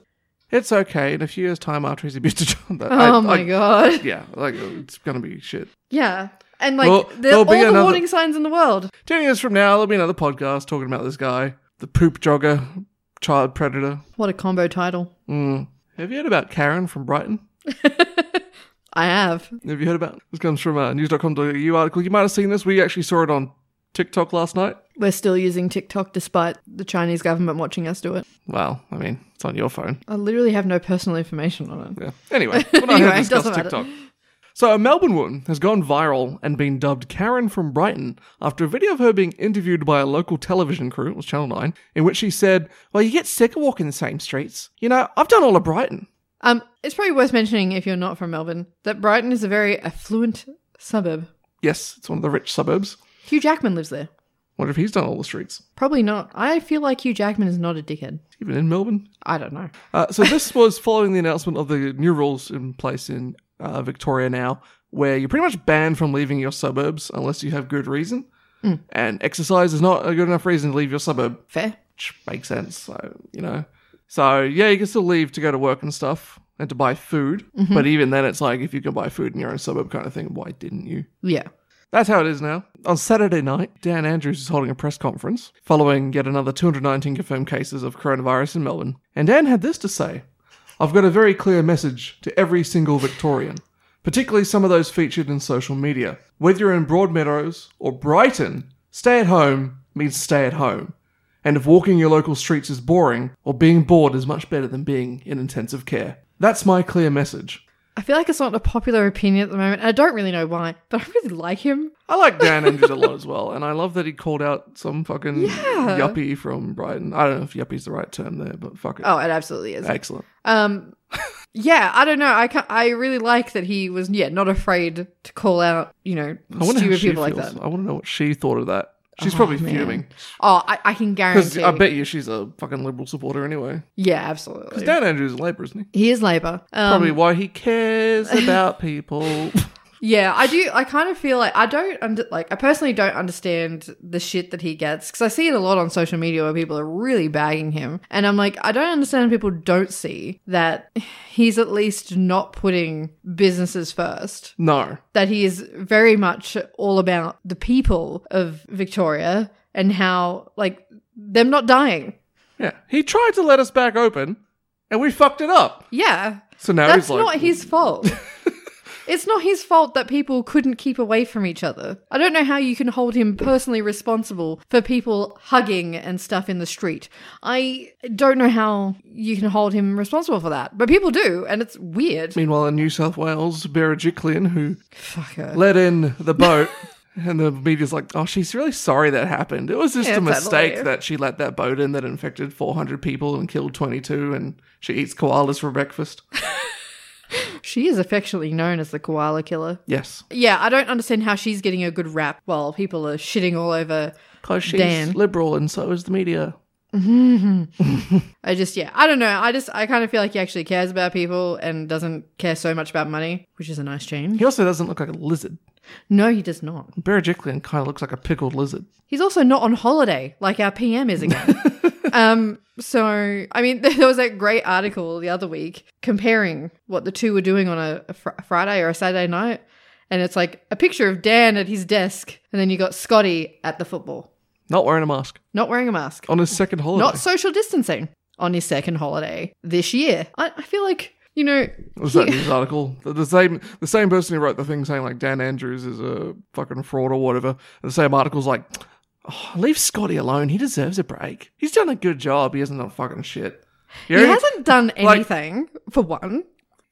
Speaker 2: It's okay. In a few years' time, after he's abused a child, that,
Speaker 1: oh my god.
Speaker 2: Yeah, like, it's gonna be shit.
Speaker 1: Yeah. And like
Speaker 2: Well,
Speaker 1: the,
Speaker 2: there'll
Speaker 1: all
Speaker 2: be
Speaker 1: the
Speaker 2: another-
Speaker 1: warning signs in the world.
Speaker 2: Ten years from now, there'll be another podcast talking about this guy, the poop jogger, child predator.
Speaker 1: What a combo title.
Speaker 2: Mm. Have you heard about Karen from Brighton?
Speaker 1: I have.
Speaker 2: Have you heard about this? Comes from uh, a news.com.au article. You might have seen this. We actually saw it on TikTok last night.
Speaker 1: We're still using TikTok despite the Chinese government watching us do it.
Speaker 2: Well, I mean, it's on your phone.
Speaker 1: I literally have no personal information on it.
Speaker 2: Yeah. Anyway, we're not
Speaker 1: Anyway,
Speaker 2: going to discuss
Speaker 1: doesn't matter.
Speaker 2: TikTok. So, a Melbourne woman has gone viral and been dubbed Karen from Brighton after a video of her being interviewed by a local television crew, it was Channel 9, in which she said, Well, you get sick of walking the same streets. You know, I've done all of Brighton.
Speaker 1: Um, it's probably worth mentioning if you're not from Melbourne that Brighton is a very affluent suburb.
Speaker 2: Yes, it's one of the rich suburbs.
Speaker 1: Hugh Jackman lives there.
Speaker 2: Wonder if he's done all the streets,
Speaker 1: Probably not. I feel like Hugh Jackman is not a dickhead.
Speaker 2: even in Melbourne.
Speaker 1: I don't know.
Speaker 2: Uh, so this was following the announcement of the new rules in place in uh, Victoria now, where you're pretty much banned from leaving your suburbs unless you have good reason. And exercise is not a good enough reason to leave your suburb,
Speaker 1: Fair.
Speaker 2: which makes sense. So you know, so yeah, you can still leave to go to work and stuff. and to buy food. But even then, it's like if you can buy food in your own suburb kind of thing, why didn't you?
Speaker 1: Yeah.
Speaker 2: That's how it is now. On Saturday night, Dan Andrews is holding a press conference following yet another 219 confirmed cases of coronavirus in Melbourne. And Dan had this to say I've got a very clear message to every single Victorian, particularly some of those featured in social media. Whether you're in Broadmeadows or Brighton, stay at home means stay at home. And if walking your local streets is boring, or being bored is much better than being in intensive care. That's my clear message.
Speaker 1: I feel like it's not a popular opinion at the moment. and I don't really know why, but I really like him.
Speaker 2: I like Dan Andrews a lot as well, and I love that he called out some fucking yuppie from Brighton. I don't know if yuppie's the right term there, but fuck it.
Speaker 1: Oh, it absolutely is.
Speaker 2: Excellent.
Speaker 1: Um, yeah, I don't know. I can I really like that he was yeah not afraid to call out you know
Speaker 2: I wonder how
Speaker 1: stupid
Speaker 2: she
Speaker 1: people like
Speaker 2: feels.
Speaker 1: that.
Speaker 2: I want to know what she thought of that. She's probably
Speaker 1: man.
Speaker 2: fuming
Speaker 1: Oh, I, I can
Speaker 2: because
Speaker 1: guarantee.
Speaker 2: I bet you she's a fucking liberal supporter anyway.
Speaker 1: yeah, absolutely.
Speaker 2: Dan Andrews is a Labour, isn't he?
Speaker 1: he is Labour. Um,
Speaker 2: Probably why he cares about people.
Speaker 1: Yeah, I do. I kind of feel like I don't under, like I personally don't understand the shit that he gets because I see it a lot on social media where people are really bagging him, and I'm like, I don't understand how people don't see that he's at least not putting businesses first.
Speaker 2: no,
Speaker 1: That he is very much all about the people of Victoria and how like them not dying.
Speaker 2: yeah, he tried to let us back open, and we fucked it up.
Speaker 1: Yeah,
Speaker 2: So now
Speaker 1: that's
Speaker 2: he's like,
Speaker 1: not his fault. it's not his fault that people couldn't keep away from each other. I don't know how you can hold him personally responsible for people hugging and stuff in the street. I don't know how you can hold him responsible for that, but people do, and it's weird.
Speaker 2: Meanwhile, in New South Wales, Berejiklian, who
Speaker 1: Fucker.
Speaker 2: let in the boat. And the media's like, oh, she's really sorry that happened. It was just
Speaker 1: Yeah,
Speaker 2: a
Speaker 1: totally.
Speaker 2: mistake that she let that boat in that infected 400 people and killed 22, and she eats koalas for breakfast.
Speaker 1: She is affectionately known as the koala killer.
Speaker 2: Yes.
Speaker 1: Yeah, I don't understand how she's getting a good rap while people are shitting all over.
Speaker 2: Because she's
Speaker 1: Dan.
Speaker 2: liberal and so is the media.
Speaker 1: I just, yeah, I don't know. I just, I kind of feel like he actually cares about people and doesn't care so much about money, which is a nice change.
Speaker 2: He also doesn't look like a lizard.
Speaker 1: No, he does not.
Speaker 2: Berejiklian kind of looks like a pickled lizard.
Speaker 1: He's also not on holiday like our PM is again. um, so, I mean, there was that great article the other week comparing what the two were doing on a, a fr- Friday or a Saturday night. And it's like a picture of Dan at his desk, and then you got Scotty at the football,
Speaker 2: Not wearing a mask.
Speaker 1: not wearing a mask,
Speaker 2: On his second holiday.
Speaker 1: not social distancing on his second holiday this year. I, I feel like, you know,
Speaker 2: was that news article? The, the same the same person who wrote the thing saying like Dan Andrews is a fucking fraud or whatever. The same article's like, oh, leave Scotty alone. He deserves a break. He's done a good job. He hasn't done fucking shit.
Speaker 1: he
Speaker 2: You know,
Speaker 1: hasn't done
Speaker 2: like-
Speaker 1: anything, for one.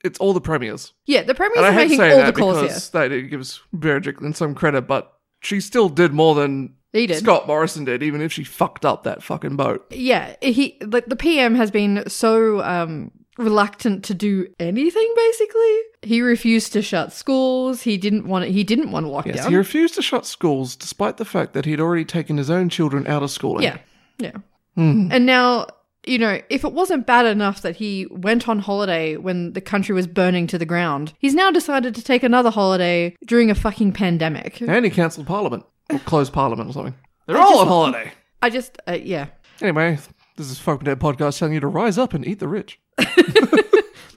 Speaker 2: It's all the premiers,
Speaker 1: Yeah, the Premier's
Speaker 2: and I
Speaker 1: are
Speaker 2: hate
Speaker 1: making
Speaker 2: saying
Speaker 1: all the
Speaker 2: that
Speaker 1: calls here.
Speaker 2: because they did gives Berejiklian some credit, but she still did more than
Speaker 1: He did.
Speaker 2: Scott Morrison did, even if she fucked up that fucking boat.
Speaker 1: yeah he like the pm has been so um reluctant to do anything basically he refused to shut schools he didn't want he didn't want lockdown
Speaker 2: Yes, he refused to shut schools despite the fact that he'd already taken his own children out of schooling.
Speaker 1: yeah yeah
Speaker 2: Hmm.
Speaker 1: and now you know if it wasn't bad enough that he went on holiday when the country was burning to the ground he's now decided to take another holiday during a fucking pandemic
Speaker 2: And he cancelled Parliament. Or closed Parliament or something. They're all on holiday.
Speaker 1: i just uh, yeah
Speaker 2: Anyway, this is Folk Dead Podcast telling you to rise up and eat the rich.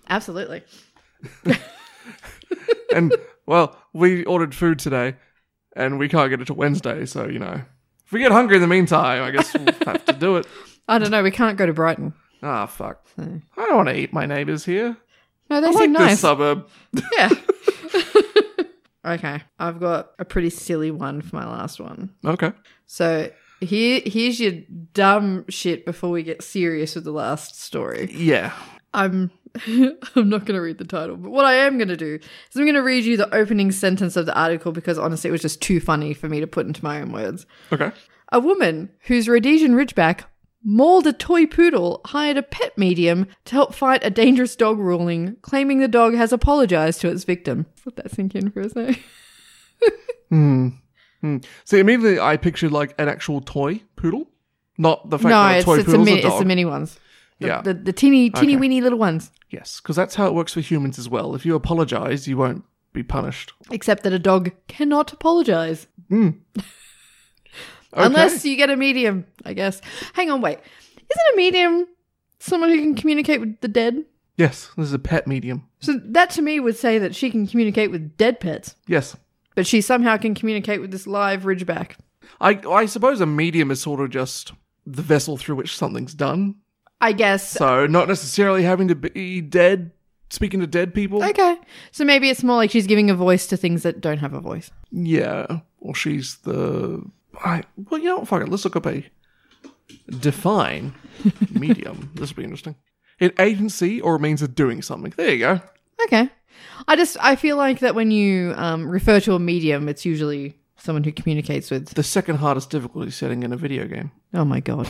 Speaker 1: absolutely
Speaker 2: And, well, we ordered food today and we can't get it till Wednesday, so, you know. If we get hungry in the meantime, I guess we'll have to do it.
Speaker 1: i don't know we can't go to brighton
Speaker 2: Ah, fuck. I don't want to eat my neighbours here.
Speaker 1: no they
Speaker 2: I
Speaker 1: seem
Speaker 2: like
Speaker 1: Hmm. nice
Speaker 2: this suburb.
Speaker 1: Yeah. okay, I've got a pretty silly one for my last one.
Speaker 2: Okay.
Speaker 1: So here, here's your dumb shit before we get serious with the last story.
Speaker 2: Yeah.
Speaker 1: I'm, I'm not going to read the title, but what I am going to do is I'm going to read you the opening sentence of the article because honestly, it was just too funny for me to put into my own words.
Speaker 2: Okay.
Speaker 1: A woman whose Rhodesian Ridgeback mauled a toy poodle hired a pet medium to help fight a dangerous dog ruling, claiming the dog has apologized to its victim. Let that sink in for a sec.
Speaker 2: So immediately I pictured like an actual toy poodle, not the fact
Speaker 1: No,
Speaker 2: that a
Speaker 1: it's,
Speaker 2: toy
Speaker 1: it's, a
Speaker 2: poodle's
Speaker 1: mini,
Speaker 2: a dog.
Speaker 1: it's the mini ones. The,
Speaker 2: Yeah.
Speaker 1: the, the teeny, teeny, weeny little ones.
Speaker 2: yes, because that's how it works for humans as well. If you apologise, you won't be punished.
Speaker 1: Except that a dog cannot apologize.
Speaker 2: Okay.
Speaker 1: Unless you get a medium, I guess. Hang on, wait. Isn't a medium someone who can communicate with the dead?
Speaker 2: Yes, this is a pet medium.
Speaker 1: So that to me would say that she can communicate with dead pets,
Speaker 2: Yes.
Speaker 1: but she somehow can communicate with this live ridgeback.
Speaker 2: I I suppose a medium is sort of just the vessel through which something's done.
Speaker 1: I guess.
Speaker 2: So not necessarily having to be dead speaking to dead people.
Speaker 1: Okay. So maybe it's more like she's giving a voice to things that don't have a voice.
Speaker 2: Yeah. Or she's the I well, you know what, fuck it, let's look up a define medium. This will be interesting. An agency or a means of doing something. There you go.
Speaker 1: Okay. I just I feel like that when you um, refer to a medium, it's usually someone who communicates with.
Speaker 2: The second hardest difficulty setting in a video game.
Speaker 1: Oh my god.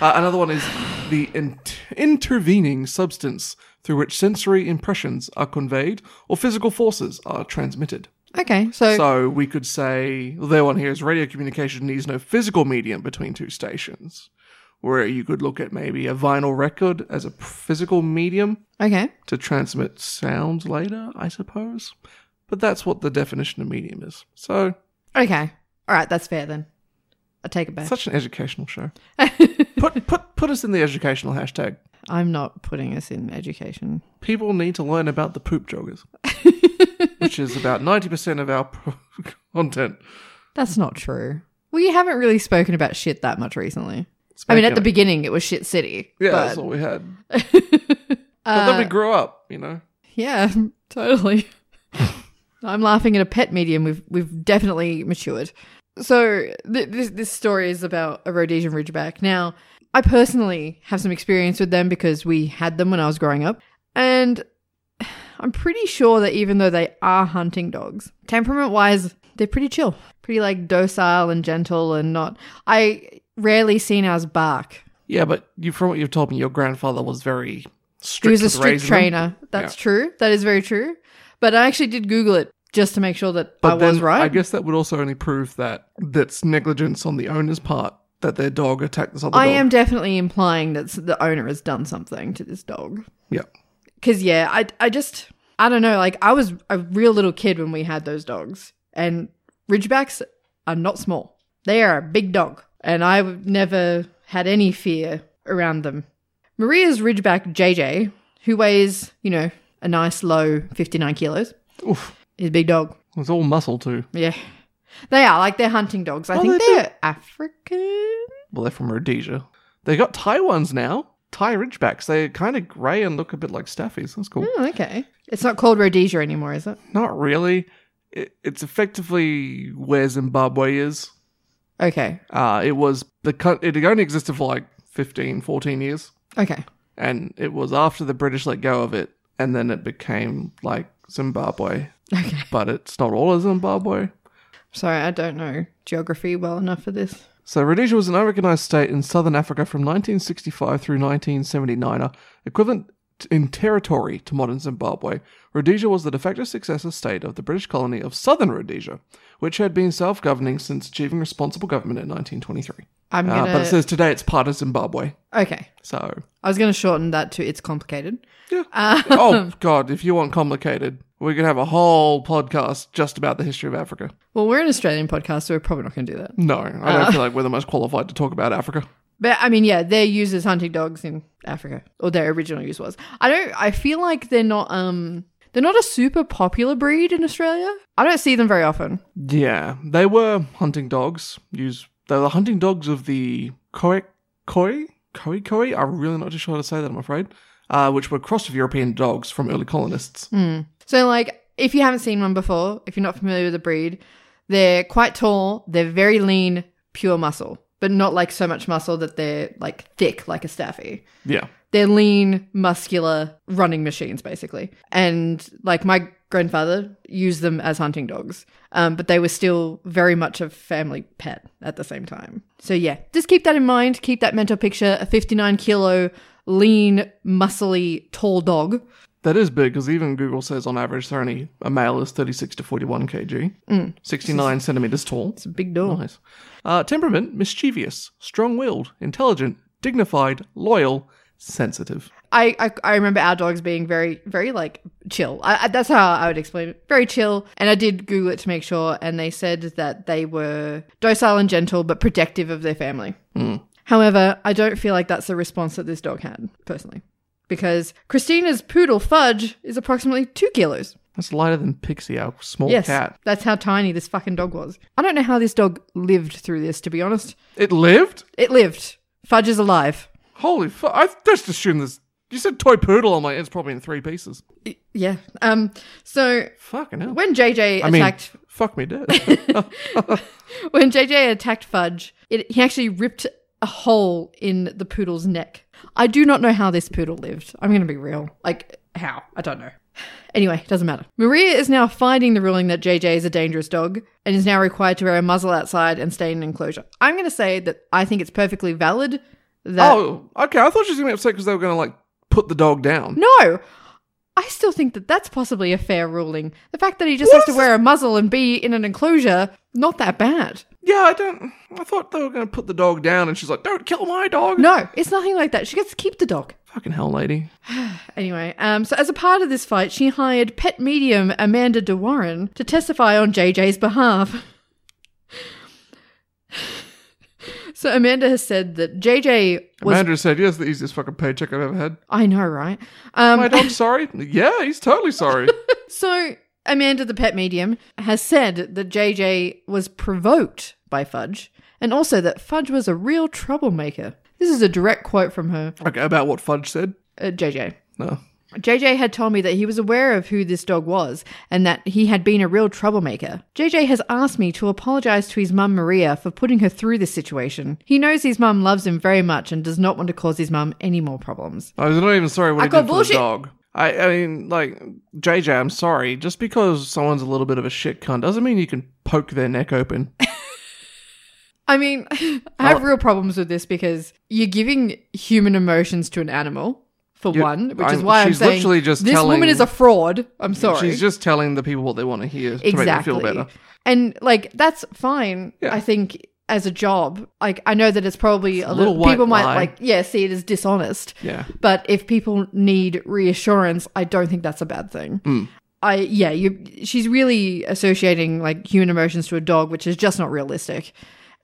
Speaker 2: Uh, another one is the in- intervening substance through which sensory impressions are conveyed or physical forces are transmitted.
Speaker 1: Okay. So,
Speaker 2: So we could say well, their one here is radio communication needs no physical medium between two stations, where you could look at maybe a vinyl record as a physical medium
Speaker 1: okay.
Speaker 2: to transmit sound later, I suppose. But that's what the definition of medium is. So
Speaker 1: Okay. All right, that's fair then. I take it back.
Speaker 2: such an educational show. put put put us in the educational hashtag.
Speaker 1: I'm not putting us in education.
Speaker 2: People need to learn about the poop joggers, which is about ninety percent of our content.
Speaker 1: That's not true. We haven't really spoken about shit that much recently. I mean, at the beginning, it was shit city.
Speaker 2: yeah,
Speaker 1: but-
Speaker 2: that's all we had. but then we grew up, you know.
Speaker 1: Yeah, totally. I'm laughing at a pet medium. We've we've definitely matured. So th- this this story is about a Rhodesian Ridgeback. Now, I personally have some experience with them because we had them when I was growing up, and I'm pretty sure that even though they are hunting dogs, temperament wise, they're pretty chill, pretty like docile and gentle, and not. I rarely seen ours bark.
Speaker 2: Yeah, but you, from what you've told me, your grandfather was very strict.
Speaker 1: He was a
Speaker 2: with
Speaker 1: strict
Speaker 2: raising them.
Speaker 1: trainer. That's true. That is very true. But I actually did Google it just to make sure that
Speaker 2: But
Speaker 1: I was
Speaker 2: then
Speaker 1: right.
Speaker 2: I guess that would also only prove that that's negligence on the owner's part that their dog attacked this other
Speaker 1: I
Speaker 2: dog.
Speaker 1: am definitely implying that s- the owner has done something to this dog.
Speaker 2: Yeah.
Speaker 1: Because, yeah, I, I just, I don't know. Like, I was a real little kid when we had those dogs. And Ridgebacks are not small, they are a big dog. And I w- never had any fear around them. Maria's Ridgeback JJ, who weighs, you know, a nice low 59 kilos,
Speaker 2: Oof.
Speaker 1: is a big dog.
Speaker 2: It was all muscle, too.
Speaker 1: Yeah. They are like they're hunting dogs. I
Speaker 2: Oh,
Speaker 1: think
Speaker 2: they do.
Speaker 1: they're African.
Speaker 2: Well, they're from Rhodesia. They got Thai ones now. Thai Ridgebacks. They're kind of grey and look a bit like staffies. That's cool.
Speaker 1: Oh, okay. It's not called Rhodesia anymore, is it?
Speaker 2: Not really. It, it's effectively where Zimbabwe is.
Speaker 1: Okay.
Speaker 2: Uh, it was the co- it only existed for like 15, 14 years.
Speaker 1: Okay.
Speaker 2: and it was after the British let go of it, and then it became like Zimbabwe,
Speaker 1: Okay.
Speaker 2: but it's not all of Zimbabwe.
Speaker 1: Sorry, I don't know geography well enough for this.
Speaker 2: So Rhodesia was an unrecognized state in southern Africa from 1965 through 1979, uh, equivalent t- in territory to modern Zimbabwe. Rhodesia was the de facto successor state of the British colony of southern Rhodesia, which had been self-governing since achieving responsible government in 1923.
Speaker 1: I'm
Speaker 2: Uh,
Speaker 1: gonna.
Speaker 2: but it says today it's part of Zimbabwe.
Speaker 1: okay.
Speaker 2: So,
Speaker 1: I was gonna shorten that to it's complicated.
Speaker 2: yeah. oh God, if you want complicated, we could have a whole podcast just about the history of Africa.
Speaker 1: Well, we're an Australian podcast, so we're probably not gonna do that.
Speaker 2: No, I don't feel like we're the most qualified to talk about Africa.
Speaker 1: But I mean, yeah, they're used as hunting dogs in Africa, or their original use was. I don't. I feel like they're not. Um, they're not a super popular breed in Australia. I don't see them very often.
Speaker 2: Yeah, they were hunting dogs. Use they were the hunting dogs of the Koi Koi Koi Koi. I'm really not too sure how to say that. I'm afraid, uh, which were crossed with European dogs from early colonists.
Speaker 1: Mm. So, like, if you haven't seen one before, if you're not familiar with the breed, they're quite tall, they're very lean, pure muscle, but not like so much muscle that they're like thick like a staffy.
Speaker 2: Yeah,
Speaker 1: They're lean, muscular running machines, basically. And like my grandfather used them as hunting dogs, um, but they were still very much a family pet at the same time. So, yeah, just keep that in mind. Keep that mental picture a 59 kilo, lean, muscly, tall dog.
Speaker 2: that is big because even Google says on average they're only a male is 36 to 41 kg, 69 centimeters tall.
Speaker 1: It's a big dog.
Speaker 2: Nice. Uh, temperament, mischievous, strong willed, intelligent, dignified, loyal, sensitive.
Speaker 1: I, I I remember our dogs being very very like chill. I, I, that's how I would explain it. Very chill. And I did Google it to make sure, and they said that they were docile and gentle, but
Speaker 2: Hmm.
Speaker 1: protective of their family. However, I don't feel like that's the response that this dog had personally. because Christina's poodle Fudge is approximately two kilos.
Speaker 2: That's lighter than Pixie, our small
Speaker 1: yes,
Speaker 2: cat.
Speaker 1: that's how tiny this fucking dog was. I don't know how this dog lived through this, to be honest.
Speaker 2: It lived?
Speaker 1: It lived. Fudge is alive.
Speaker 2: Holy fuck. I just assumed this. You said toy poodle. I'm like, it's probably in three pieces.
Speaker 1: Y- Yeah. Um. So
Speaker 2: Fucking hell.
Speaker 1: when JJ
Speaker 2: I mean,
Speaker 1: attacked,
Speaker 2: fuck me dead.
Speaker 1: when JJ attacked Fudge, it, he actually ripped a hole in the poodle's neck. I do not know how this poodle lived. I'm going to be real. Like how? I don't know. Anyway, doesn't matter. Maria is now fighting the ruling that JJ is a dangerous dog and is now required to wear a muzzle outside and stay in an enclosure. I'm going to say that I think it's perfectly valid that
Speaker 2: oh, okay. I thought she was going to be upset because they were going to, like, put the dog down.
Speaker 1: No, I still think that that's possibly a fair ruling. The fact that he just has to wear a muzzle and be in an enclosure, not that bad.
Speaker 2: Yeah, I don't. I thought they were going to put the dog down, and she's like, don't kill my dog.
Speaker 1: No, it's nothing like that. She gets to keep the dog.
Speaker 2: Fucking hell, lady.
Speaker 1: Anyway, um, so as a part of this fight, she hired pet medium Amanda De Warren to testify on JJ's behalf. so Amanda has said that JJ was.
Speaker 2: Amanda said, yes, the easiest fucking paycheck I've ever had.
Speaker 1: I know, right? Um,
Speaker 2: My dog's sorry? Yeah, he's totally sorry.
Speaker 1: So, Amanda, the pet medium, has said that JJ was provoked by Fudge and also that Fudge was a real troublemaker. This is a direct quote from her,
Speaker 2: okay, about what Fudge said?
Speaker 1: uh, JJ.
Speaker 2: No.
Speaker 1: JJ had told me that he was aware of who this dog was and that he had been a real troublemaker. JJ has asked me to apologize to his mum Maria for putting her through this situation. He knows his mum loves him very much and does not want to cause his mum any more problems.
Speaker 2: I was not even sorry what
Speaker 1: I
Speaker 2: he
Speaker 1: got
Speaker 2: did for the
Speaker 1: bullshit.
Speaker 2: dog. I, I mean, like, JJ, I'm sorry. Just because someone's a little bit of a shit cunt doesn't mean you can poke their neck open.
Speaker 1: I mean, I
Speaker 2: Oh.
Speaker 1: have real problems with this because you're giving human emotions to an animal for
Speaker 2: You-
Speaker 1: one, which is
Speaker 2: I'm-
Speaker 1: why I'm
Speaker 2: she's
Speaker 1: saying
Speaker 2: literally just
Speaker 1: this
Speaker 2: telling-
Speaker 1: woman is a fraud. I'm sorry.
Speaker 2: She's just telling the people what they want to hear to
Speaker 1: exactly.
Speaker 2: make them feel better.
Speaker 1: And like that's fine.
Speaker 2: Yeah.
Speaker 1: I think as a job, like I know that it's probably a little,
Speaker 2: little white
Speaker 1: people might
Speaker 2: lie.
Speaker 1: like yeah see it as dishonest.
Speaker 2: Yeah.
Speaker 1: But if people need reassurance, I don't think that's a bad thing.
Speaker 2: Mm.
Speaker 1: I yeah, you she's really associating like human emotions to a dog, which is just not realistic.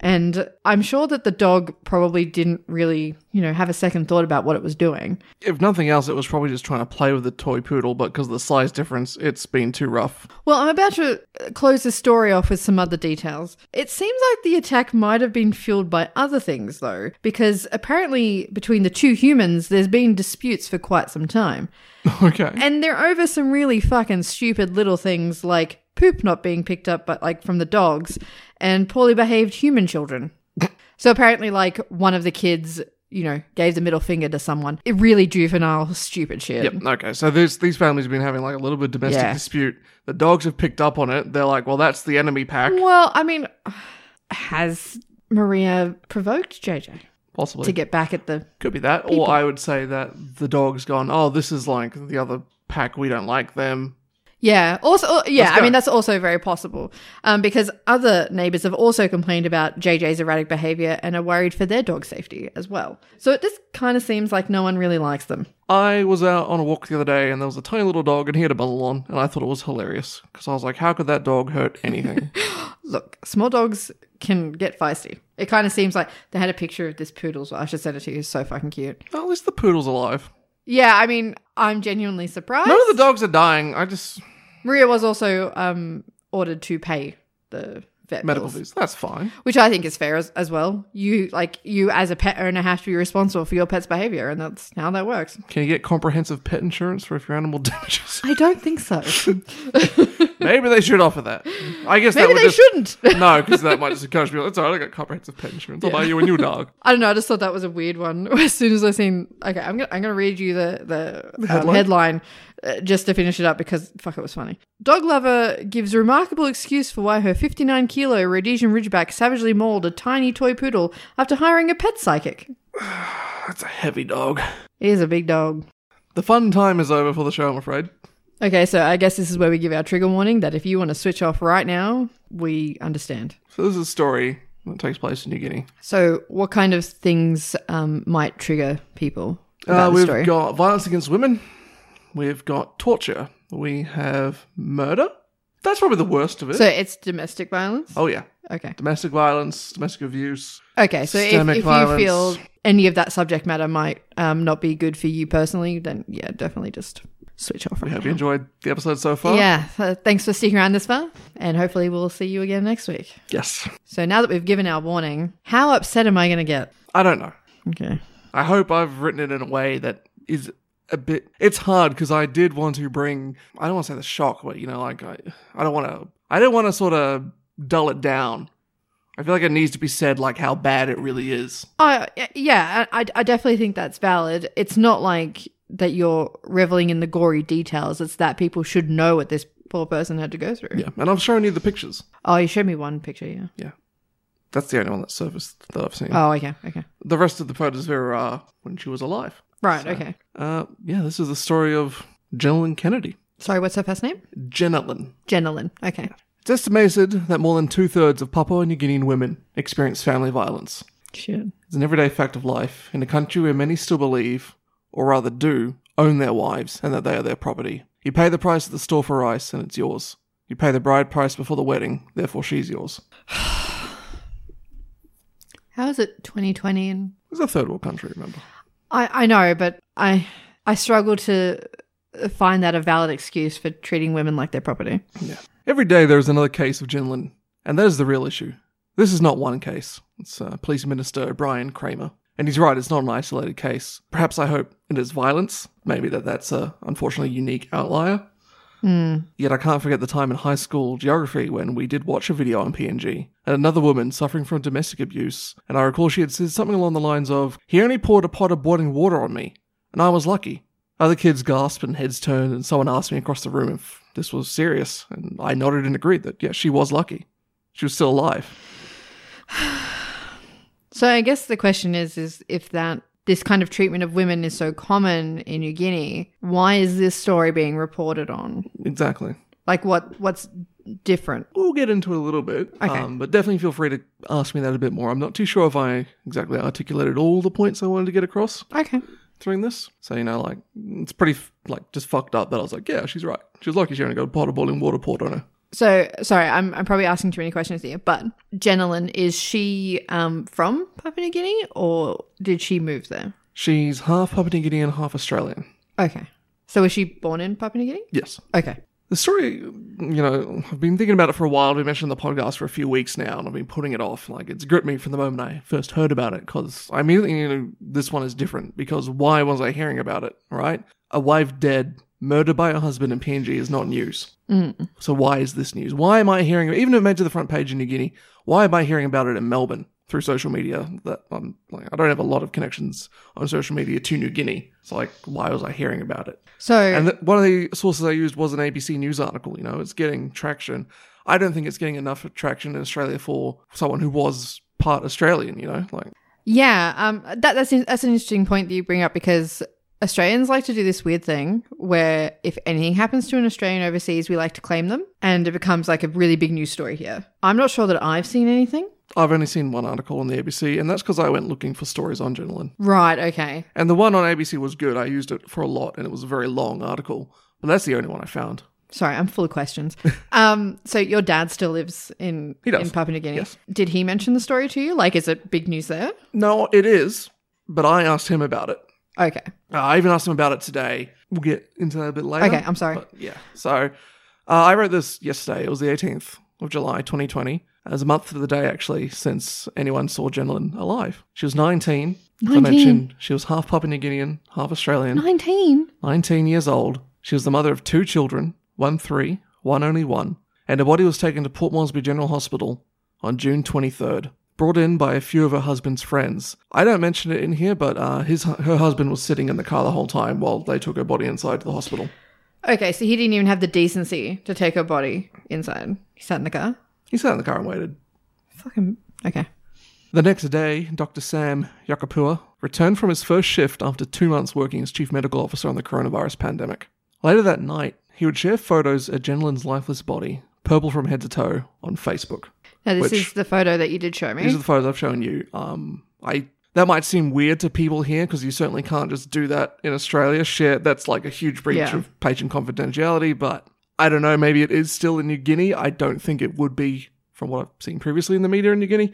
Speaker 1: And I'm sure that the dog probably didn't really, you know, have a second thought about what it was doing.
Speaker 2: If nothing else, it was probably just trying to play with the toy poodle, but because of the size difference, it's been too rough.
Speaker 1: Well, I'm about to uh, close this story off with some other details. It seems like the attack might have been fueled by other things, though, because apparently between the two humans, there's been disputes for quite some time.
Speaker 2: okay.
Speaker 1: And they're over some really fucking stupid little things like poop not being picked up but like from the dogs and poorly behaved human children. so apparently like one of the kids, you know, gave the middle finger to someone. It really juvenile stupid shit.
Speaker 2: Yep. Okay. So there's, these families have been having like a little bit of domestic
Speaker 1: Yeah.
Speaker 2: dispute. The dogs have picked up on it. They're like, well, that's the enemy pack.
Speaker 1: Well, I mean has Maria provoked JJ
Speaker 2: Possibly.
Speaker 1: to get back at the
Speaker 2: Could be that. Or I would say that the dog's gone, oh, this is like the other pack. We don't like them.
Speaker 1: Yeah. Also, uh, yeah.
Speaker 2: Let's
Speaker 1: I
Speaker 2: go.
Speaker 1: mean, that's also very possible, um, because other neighbors have also complained about JJ's erratic behavior and are worried for their dog safety as well. So it just kind of seems like no one really likes them.
Speaker 2: I was out on a walk the other day and there was a tiny little dog and he had a muzzle on and I thought it was hilarious because I was like, how could that dog hurt anything?
Speaker 1: Look, small dogs can get feisty. It kind of seems like they had a picture of this poodle. So I should send it to you. It's so fucking cute.
Speaker 2: well, at least the poodle's alive.
Speaker 1: Yeah. I mean, I'm genuinely surprised.
Speaker 2: None of the dogs are dying. I just
Speaker 1: Maria was also um, ordered to pay the vet
Speaker 2: medical
Speaker 1: bills.
Speaker 2: fees. That's fine.
Speaker 1: which I think is fair as, as well. You like you as a pet owner have to be responsible for your pet's behavior, and that's how that works.
Speaker 2: Can you get comprehensive pet insurance for if your animal damages?
Speaker 1: I don't think so.
Speaker 2: Maybe they should offer that. I guess that
Speaker 1: Maybe
Speaker 2: would
Speaker 1: they
Speaker 2: just,
Speaker 1: shouldn't.
Speaker 2: No, because that might just encourage people. It's all right. I got comprehensive pet insurance. I'll buy you a new dog.
Speaker 1: I don't know. I just thought that was a weird one. As soon as I seen, okay, I'm gonna I'm gonna read you the the, um,
Speaker 2: headline?
Speaker 1: headline, uh, just to finish it up because fuck, it was funny. Dog lover gives remarkable excuse for why her 59 kilo Rhodesian Ridgeback savagely mauled a tiny toy poodle after hiring a pet psychic.
Speaker 2: That's a heavy dog.
Speaker 1: He is a big dog.
Speaker 2: The fun time is over for the show, I'm afraid.
Speaker 1: Okay, so I guess this is where we give our trigger warning that if you want to switch off right now, we understand.
Speaker 2: So this is a story that takes place in New Guinea.
Speaker 1: So, what kind of things um, might trigger people about
Speaker 2: Uh,
Speaker 1: the
Speaker 2: we've
Speaker 1: story?
Speaker 2: got violence against women. We've got torture. We have murder. That's probably the worst of it.
Speaker 1: so, it's domestic violence.
Speaker 2: oh yeah,
Speaker 1: Okay.
Speaker 2: domestic violence, domestic abuse,
Speaker 1: Okay, so if,
Speaker 2: Systemic
Speaker 1: if you
Speaker 2: violence.
Speaker 1: feel any of that subject matter might um, not be good for you personally, then yeah, definitely just switch off.
Speaker 2: We
Speaker 1: Right
Speaker 2: hope
Speaker 1: now.
Speaker 2: you enjoyed the episode so far.
Speaker 1: Yeah, uh, thanks for sticking around this far, and hopefully we'll see you again next week.
Speaker 2: Yes.
Speaker 1: So now that we've given our warning, how upset am I going to get?
Speaker 2: I don't know.
Speaker 1: Okay.
Speaker 2: I hope I've written it in a way that is a bit. It's hard because I did want to bring. I don't want to say the shock, but you know, like I, I don't want to. I don't want to sort of dull it down. I feel like it needs to be said like how bad it really is.
Speaker 1: Oh, y- yeah, I, I- I definitely think that's valid. It's not like that you're reveling in the gory details. It's that people should know what this poor person had to go through.
Speaker 2: Yeah, and I've shown you the pictures.
Speaker 1: Oh, you showed me one picture, yeah.
Speaker 2: That's the only one that surfaced that I've seen.
Speaker 1: Oh, okay, okay.
Speaker 2: the rest of the photos of her are when she was alive.
Speaker 1: Right,
Speaker 2: So-
Speaker 1: okay.
Speaker 2: Uh, yeah, this is the story of Jenilyn Kennedy.
Speaker 1: Sorry, what's her first name?
Speaker 2: Jenilyn.
Speaker 1: Jenilyn. Okay.
Speaker 2: It's estimated that more than two thirds of Papua New Guinean women experience family violence.
Speaker 1: Shit.
Speaker 2: It's an everyday fact of life in a country where many still believe, or rather do, own their wives and that they are their property. You pay the price at the store for rice and it's yours. You pay the bride price before the wedding, therefore she's yours.
Speaker 1: How is it 2020 and
Speaker 2: It's a third world country, remember.
Speaker 1: I I know, but I I struggle to find that a valid excuse for treating women like their property.
Speaker 2: Yeah. Every day there is another case of Jinlin, and that is the real issue. This is not one case. It's uh, Police Minister Brian Kramer. And he's right, it's not an isolated case. Perhaps I hope it is violence. Maybe that that's a unfortunately unique outlier.
Speaker 1: Hmm.
Speaker 2: Yet I can't forget the time in high school geography when we did watch a video on PNG and another woman suffering from domestic abuse. And I recall she had said something along the lines of, He only poured a pot of boiling water on me, and I was lucky. Other kids gasped and heads turned, and someone asked me across the room if this was serious, and I nodded and agreed that, yes, she was lucky. She was still alive.
Speaker 1: So I guess the question is is if that this kind of treatment of women is so common in New Guinea, why is this story being reported on?
Speaker 2: Exactly.
Speaker 1: Like what what's different?
Speaker 2: We'll get into it a little bit,
Speaker 1: Okay.
Speaker 2: um, but definitely feel free to ask me that a bit more. I'm not too sure if I exactly articulated all the points I wanted to get across.
Speaker 1: Okay.
Speaker 2: during this. So, you know, like, it's pretty, f- like, just fucked up that I was like, yeah, she's right. She was lucky she only got a pot of boiling water poured on her.
Speaker 1: So sorry, I'm I'm probably asking too many questions here, but Jenilyn, is she um from Papua New Guinea or did she move there?
Speaker 2: She's half Papua New Guinean, half Australian.
Speaker 1: Okay. So was she born in Papua New Guinea?
Speaker 2: Yes.
Speaker 1: Okay.
Speaker 2: The story, you know, I've been thinking about it for a while. We mentioned the podcast for a few weeks now, and I've been putting it off. Like, it's gripped me from the moment I first heard about it, because I immediately knew this one is different, because why was I hearing about it, right? A wife dead, murdered by her husband in PNG is not news.
Speaker 1: Mm.
Speaker 2: So why is this news? Why am I hearing even if it made to the front page in New Guinea? Why am I hearing about it in Melbourne through social media? That I'm like, I don't have a lot of connections on social media to New Guinea. So like, why was I hearing about it?
Speaker 1: So
Speaker 2: And th- one of the sources I used was an ABC News article. You know, it's getting traction. I don't think it's getting enough traction in Australia for someone who was part Australian. You know, like
Speaker 1: Yeah, um, that that's in- that's an interesting point that you bring up because Australians like to do this weird thing where if anything happens to an Australian overseas, we like to claim them, and it becomes like a really big news story here. I'm not sure that I've seen anything.
Speaker 2: I've only seen one article on the ABC, and that's because I went looking for stories on Jenilyn.
Speaker 1: Right. Okay.
Speaker 2: And the one on ABC was good. I used it for a lot, and it was a very long article. But that's the only one I found.
Speaker 1: Sorry, I'm full of questions. um, so your dad still lives in
Speaker 2: He does.
Speaker 1: in Papua New Guinea.
Speaker 2: Yes.
Speaker 1: Did he mention the story to you? Like, is it big news there?
Speaker 2: No, it is, but I asked him about it.
Speaker 1: Okay.
Speaker 2: Uh, I even asked him about it today. We'll get into that a bit later.
Speaker 1: Okay. I'm sorry.
Speaker 2: But yeah. So uh, I wrote this yesterday. It was the 18th of July, 2020. It was a month to the day, actually, since anyone saw Jenilyn alive. She was 19. As I
Speaker 1: 19.
Speaker 2: mentioned, she was half Papua New Guinean, half Australian.
Speaker 1: Nineteen.
Speaker 2: 19 years old. She was the mother of two children, one three, one only one, and her body was taken to Port Moresby General Hospital on June 23rd, brought in by a few of her husband's friends. I don't mention it in here, but uh, his her husband was sitting in the car the whole time while they took her body inside to the hospital.
Speaker 1: Okay. So he didn't even have the decency to take her body inside. He sat in the car.
Speaker 2: He sat in the car and waited.
Speaker 1: Fucking. Okay.
Speaker 2: The next day, Dr. Sam Yakapua returned from his first shift after two months working as chief medical officer on the coronavirus pandemic. Later that night, he would share photos of Jenilyn's lifeless body, purple from head to toe, on Facebook.
Speaker 1: Now, this
Speaker 2: which-
Speaker 1: is the photo that you did show
Speaker 2: These
Speaker 1: me.
Speaker 2: are the photos I've shown you. Um, I that might seem weird to people here because you certainly can't just do that in Australia. Share that's like a huge breach
Speaker 1: Yeah.
Speaker 2: of patient confidentiality. But I don't know. Maybe it is still in New Guinea. I don't think it would be from what I've seen previously in the media in New Guinea.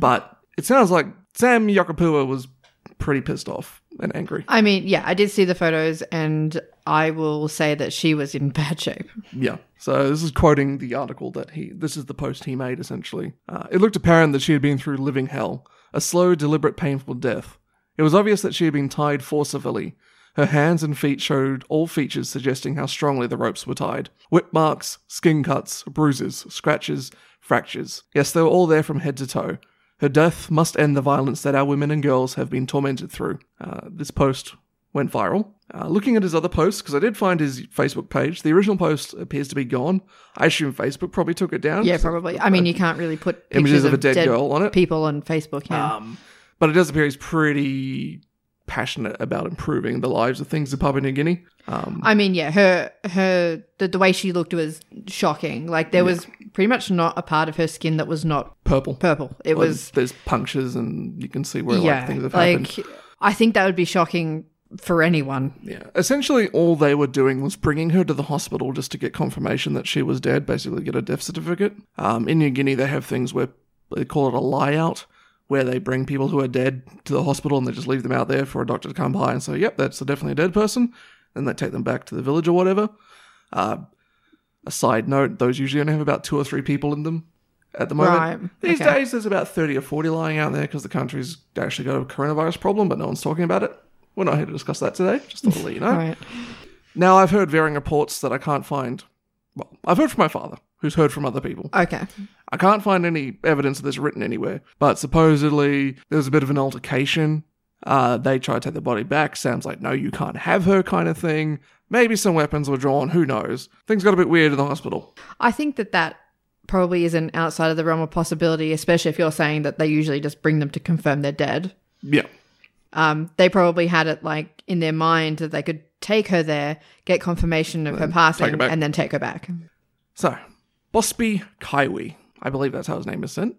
Speaker 2: But It sounds like Sam Yakapua was pretty pissed off and angry.
Speaker 1: I mean, yeah, I did see the photos, and I will say that she was in bad shape.
Speaker 2: Yeah. So this is quoting the article that he. This is the post he made essentially. Uh, it looked apparent that she had been through living hell, a slow, deliberate, painful death. It was obvious that she had been tied forcibly. Her hands and feet showed all features suggesting how strongly the ropes were tied. Whip marks, skin cuts, bruises, scratches, fractures. Yes, they were all there from head to toe. Her death must end the violence that our women and girls have been tormented through. Uh, this post went viral. Uh, looking at his other posts, because I did find his Facebook page, the original post appears to be gone. I assume Facebook probably took it down.
Speaker 1: Yeah, probably. I mean, you can't really put
Speaker 2: Images
Speaker 1: pictures
Speaker 2: of a dead girl on it?
Speaker 1: people on Facebook. Yeah,
Speaker 2: Um, but it does appear he's pretty passionate about improving the lives of things in Papua New Guinea. Um,
Speaker 1: I mean, yeah, her her the, the way she looked was shocking. Like there was pretty much not a part of her skin that was not
Speaker 2: purple.
Speaker 1: purple. It
Speaker 2: Like,
Speaker 1: was
Speaker 2: there's punctures and you can see where like
Speaker 1: yeah,
Speaker 2: things have happened.
Speaker 1: like I think that would be shocking for anyone.
Speaker 2: Yeah. Essentially, all they were doing was bringing her to the hospital just to get confirmation that she was dead, basically get a death certificate. Um, in New Guinea, they have things where they call it a lie out, where they bring people who are dead to the hospital and they just leave them out there for a doctor to come by and say, yep, that's definitely a dead person. And they take them back to the village or whatever. Uh, a side note, those usually only have about two or three people in them at the moment.
Speaker 1: Right,
Speaker 2: These
Speaker 1: okay.
Speaker 2: days, there's about 30 or 40 lying out there because the country's actually got a coronavirus problem, but no one's talking about it. We're not here to discuss that today. Just thought I'd let you know.
Speaker 1: Right.
Speaker 2: Now, I've heard varying reports that I can't find. Well, I've heard from my father, who's heard from other people.
Speaker 1: Okay.
Speaker 2: I can't find any evidence of this written anywhere, but supposedly there was a bit of an altercation. Uh, they tried to take the body back. Sam's like, no, you can't have her, kind of thing. Maybe some weapons were drawn. Who knows? Things got a bit weird in the hospital.
Speaker 1: I think that that probably isn't outside of the realm of possibility, especially if you're saying that they usually just bring them to confirm they're dead.
Speaker 2: Yeah.
Speaker 1: Um, they probably had it like in their mind that they could take her there, get confirmation of her
Speaker 2: her
Speaker 1: passing,
Speaker 2: back.
Speaker 1: and then take her back.
Speaker 2: So, Bosby Kaiwi, I believe that's how his name is sent.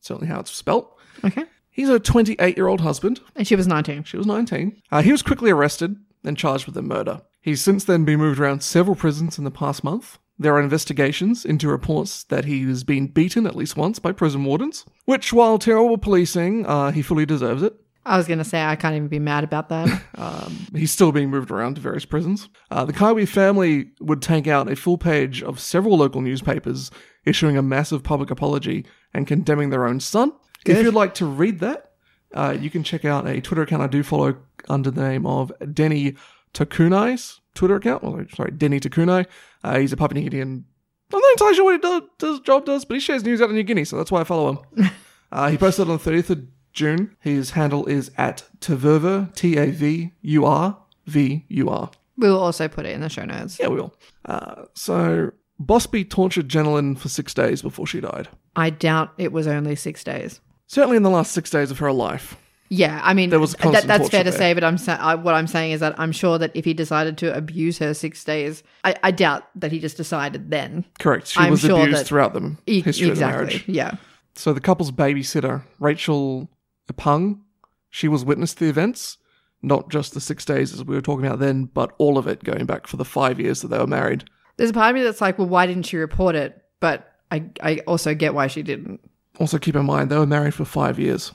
Speaker 2: Certainly how it's spelt.
Speaker 1: Okay.
Speaker 2: He's a 28 year old husband
Speaker 1: And she was 19.
Speaker 2: She was 19. Uh, he was quickly arrested and charged with the murder. He's since then been moved around several prisons in the past month. There are investigations into reports that he has been beaten at least once by prison wardens, which, while terrible policing, uh, he fully deserves it.
Speaker 1: I was going to say, I can't even be mad about that.
Speaker 2: He's still being moved around to various prisons. Uh, the Kaiwi family would take out a full page of several local newspapers issuing a massive public apology and condemning their own son. If
Speaker 1: Good.
Speaker 2: you'd like to read that, uh, you can check out a Twitter account I do follow under the name of Denny Takunai's Twitter account. Well, sorry, Denny Takunai. Uh, he's a Papua New Guinean. I'm not entirely sure what he does, does job does, but he shares news out of New Guinea, so that's why I follow him. Uh, he posted on the 30th of June. His handle is at Tavurver, T A V U R V U R.
Speaker 1: we will also put it in the show notes.
Speaker 2: Yeah, we will. Uh, so, Bosby tortured Jenilyn for six days before she died.
Speaker 1: I doubt it was only six days.
Speaker 2: Certainly in the last six days of her life.
Speaker 1: Yeah, I mean,
Speaker 2: There was constant
Speaker 1: that's fair
Speaker 2: torture
Speaker 1: to say, but I'm sa- I, what I'm saying is that I'm sure that if he decided to abuse her six days, I, I doubt that he just decided then.
Speaker 2: Correct. She
Speaker 1: I'm
Speaker 2: was
Speaker 1: sure
Speaker 2: abused
Speaker 1: that-
Speaker 2: throughout the
Speaker 1: E-
Speaker 2: history of the
Speaker 1: exactly.
Speaker 2: marriage.
Speaker 1: Yeah.
Speaker 2: So, the couple's babysitter, Rachel Pung, she was witness to the events. Not just the six days as we were talking about then, but all of it going back for the five years that they were married.
Speaker 1: There's a part of me that's like, well, why didn't she report it? But I, I also get why she didn't.
Speaker 2: Also, keep in mind, they were married for five years.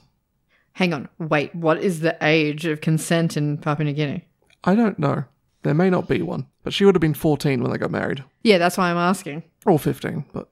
Speaker 1: Hang on, wait, what is the age of consent in Papua New Guinea?
Speaker 2: I don't know. There may not be one, but she would have been 14 when they got married,
Speaker 1: Yeah, that's why I'm asking.
Speaker 2: or 15. But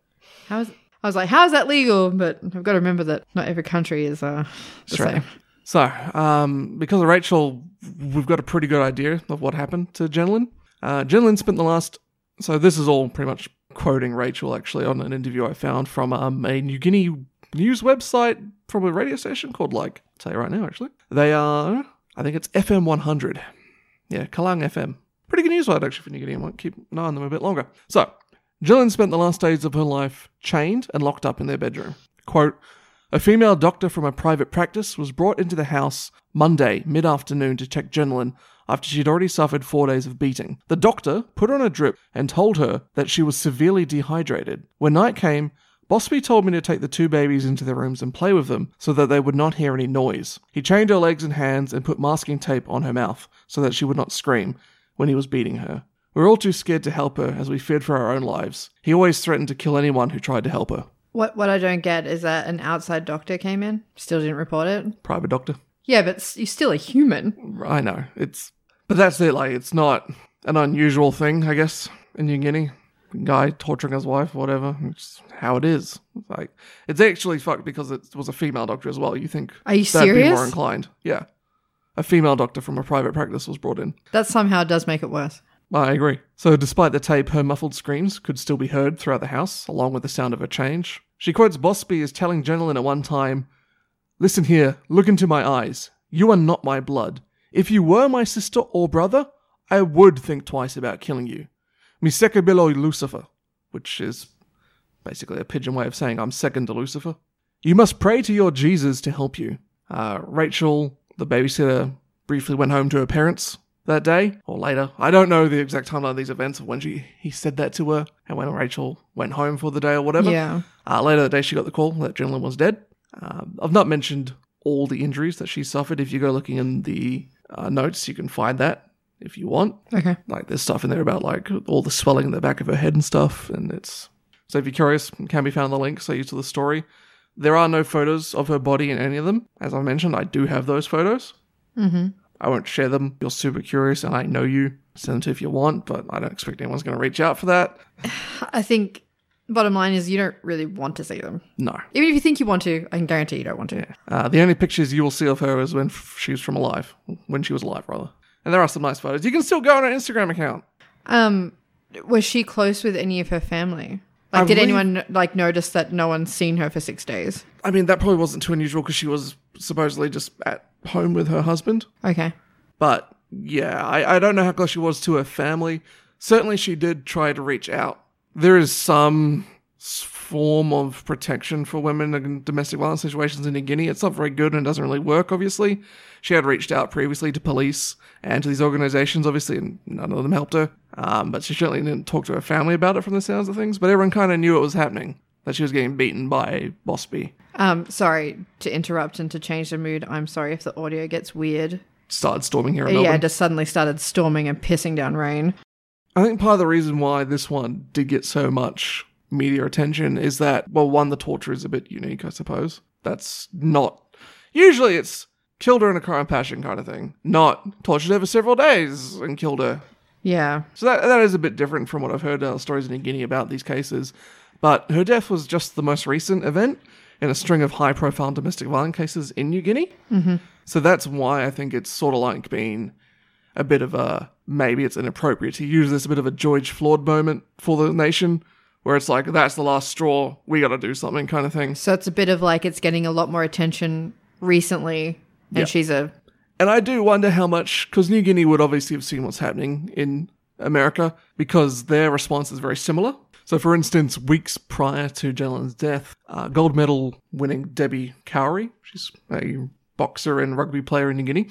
Speaker 1: How is I was like, how is that legal? But I've got to remember that not every country is uh, the
Speaker 2: Sure.
Speaker 1: same.
Speaker 2: so, um, because of Rachel, we've got a pretty good idea of what happened to Jenlyn. Uh, Jenlyn spent the last. So this is all pretty much quoting Rachel actually on an interview I found from um, a New Guinea news website from a radio station called like I'll tell you right now actually they are I think it's FM 100. Yeah, Kalang FM. Pretty good news word actually for New Guinea. I might keep an eye on them a bit longer. So, Gillian spent the last days of her life chained and locked up in their bedroom. Quote, a female doctor from a private practice was brought into the house Monday mid afternoon to check Jenlyn after she'd already suffered four days of beating. The doctor put her on a drip and told her that she was severely dehydrated. When night came, Bosby told me to take the two babies into their rooms and play with them so that they would not hear any noise. He chained her legs and hands and put masking tape on her mouth so that she would not scream when he was beating her. We were all too scared to help her as we feared for our own lives. He always threatened to kill anyone who tried to help her.
Speaker 1: What what I don't get is that an outside doctor came in, still didn't report it.
Speaker 2: Private doctor.
Speaker 1: Yeah, but s- you're still a human.
Speaker 2: I know. It's but that's it, like it's not an unusual thing, I guess, in New Guinea. Guy torturing his wife, whatever. It's how it is. It's Like it's actually fucked because it was a female doctor as well. You think
Speaker 1: Are you
Speaker 2: that'd be more
Speaker 1: serious?
Speaker 2: inclined. Yeah. A female doctor from a private practice was brought in.
Speaker 1: That somehow does make it worse.
Speaker 2: I agree. So, despite the tape, her muffled screams could still be heard throughout the house, along with the sound of her change. She quotes Bosby as telling Jenilyn at one time, Listen here, look into my eyes. You are not my blood. If you were my sister or brother, I would think twice about killing you. Mi secabilo Lucifer, which is basically a pigeon way of saying I'm second to Lucifer. You must pray to your Jesus to help you. Uh, Rachel, the babysitter, briefly went home to her parents that day or later. I don't know the exact timeline of these events of when she he said that to her and when Rachel went home for the day or whatever.
Speaker 1: Yeah.
Speaker 2: Uh, later that day, she got the call that Jenlyn was dead. Um, I've not mentioned all the injuries that she suffered. If you go looking in the uh, notes, you can find that if you want.
Speaker 1: Okay.
Speaker 2: Like there's stuff in there about like all the swelling in the back of her head and stuff, and it's so if you're curious, it can be found in the links I used to the story. There are no photos of her body in any of them. As I mentioned, I do have those photos.
Speaker 1: Mm-hmm.
Speaker 2: I won't share them. You're super curious, and I know you. Send them to if you want, but I don't expect anyone's going to reach out for that.
Speaker 1: I think bottom line is you don't really want to see them.
Speaker 2: No.
Speaker 1: Even if you think you want to, I can guarantee you don't want to.
Speaker 2: Uh, the only pictures you will see of her is when f- she was from alive, when she was alive, rather. And there are some nice photos. You can still go on her Instagram account.
Speaker 1: Um, was she close with any of her family? Like,
Speaker 2: I
Speaker 1: did
Speaker 2: believe-
Speaker 1: anyone like notice that no one's seen her for six days?
Speaker 2: I mean, that probably wasn't too unusual because she was supposedly just at home with her husband.
Speaker 1: Okay.
Speaker 2: But yeah, I, I don't know how close she was to her family. Certainly, she did try to reach out. There is some s- form of protection for women in domestic violence situations in New Guinea. It's not very good and doesn't really work, obviously. She had reached out previously to police and to these organizations, obviously, and none of them helped her. Um, but she certainly didn't talk to her family about it from the sounds of things. But everyone kind of knew it was happening that she was getting beaten by Bosby.
Speaker 1: Um, sorry to interrupt and to change the mood. I'm sorry if the audio gets weird.
Speaker 2: Started storming here in
Speaker 1: Yeah,
Speaker 2: Melbourne.
Speaker 1: it just suddenly started storming and pissing down rain.
Speaker 2: I think part of the reason why this one did get so much media attention is that, well, one, the torture is a bit unique, I suppose. That's not. Usually it's killed her in a crime passion kind of thing, not tortured her for several days and killed her.
Speaker 1: Yeah.
Speaker 2: So that, that is a bit different from what I've heard uh, stories in New Guinea about these cases. But her death was just the most recent event in a string of high profile domestic violence cases in New Guinea. So that's why I think it's sort of like being a bit of a maybe it's inappropriate to use this a bit of a George Floyd moment for the nation, where it's like that's the last straw, we got to do something kind of thing.
Speaker 1: So it's a bit of like it's getting a lot more attention recently, and
Speaker 2: Yeah.
Speaker 1: she's a
Speaker 2: And I do wonder how much, because New Guinea would obviously have seen what's happening in America, because their response is very similar. So, for instance, weeks prior to Jalen's death, uh, gold medal winning Debbie Cowrie, she's a boxer and rugby player in New Guinea,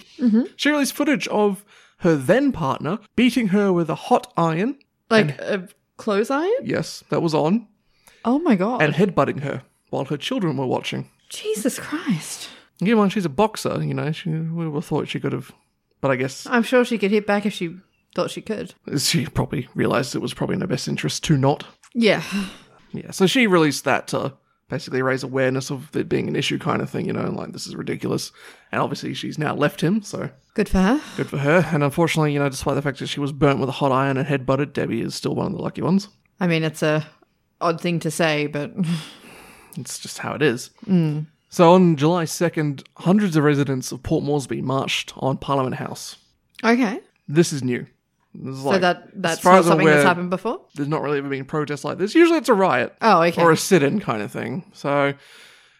Speaker 2: she released footage of her then partner beating her with a hot iron.
Speaker 1: like a clothes iron.
Speaker 2: Yes, that was on,
Speaker 1: Oh my god!
Speaker 2: and headbutting her while her children were watching.
Speaker 1: Jesus Christ!
Speaker 2: You know, she's a boxer, you know, she we would have thought she could have, but I guess
Speaker 1: I'm sure she could hit back if she thought she could.
Speaker 2: she probably realized it was probably in her best interest to not.
Speaker 1: Yeah.
Speaker 2: Yeah, so she released that to basically raise awareness of it being an issue, kind of thing, you know, and like this is ridiculous. And obviously, she's now left him, so
Speaker 1: Good for her.
Speaker 2: good for her. And unfortunately, you know, despite the fact that she was burnt with a hot iron and headbutted, Debbie is still one of the lucky ones.
Speaker 1: I mean, it's a odd thing to say, but
Speaker 2: It's just how it is. So on July 2nd, hundreds of residents of Port Moresby marched on Parliament House.
Speaker 1: okay.
Speaker 2: This is new. This is
Speaker 1: So
Speaker 2: like,
Speaker 1: that
Speaker 2: as
Speaker 1: that's
Speaker 2: far
Speaker 1: not
Speaker 2: as I'm
Speaker 1: something that's
Speaker 2: aware,
Speaker 1: happened before.
Speaker 2: There's not really ever been protests like this. Usually, it's a riot.
Speaker 1: Oh, okay.
Speaker 2: or a sit-in kind of thing. So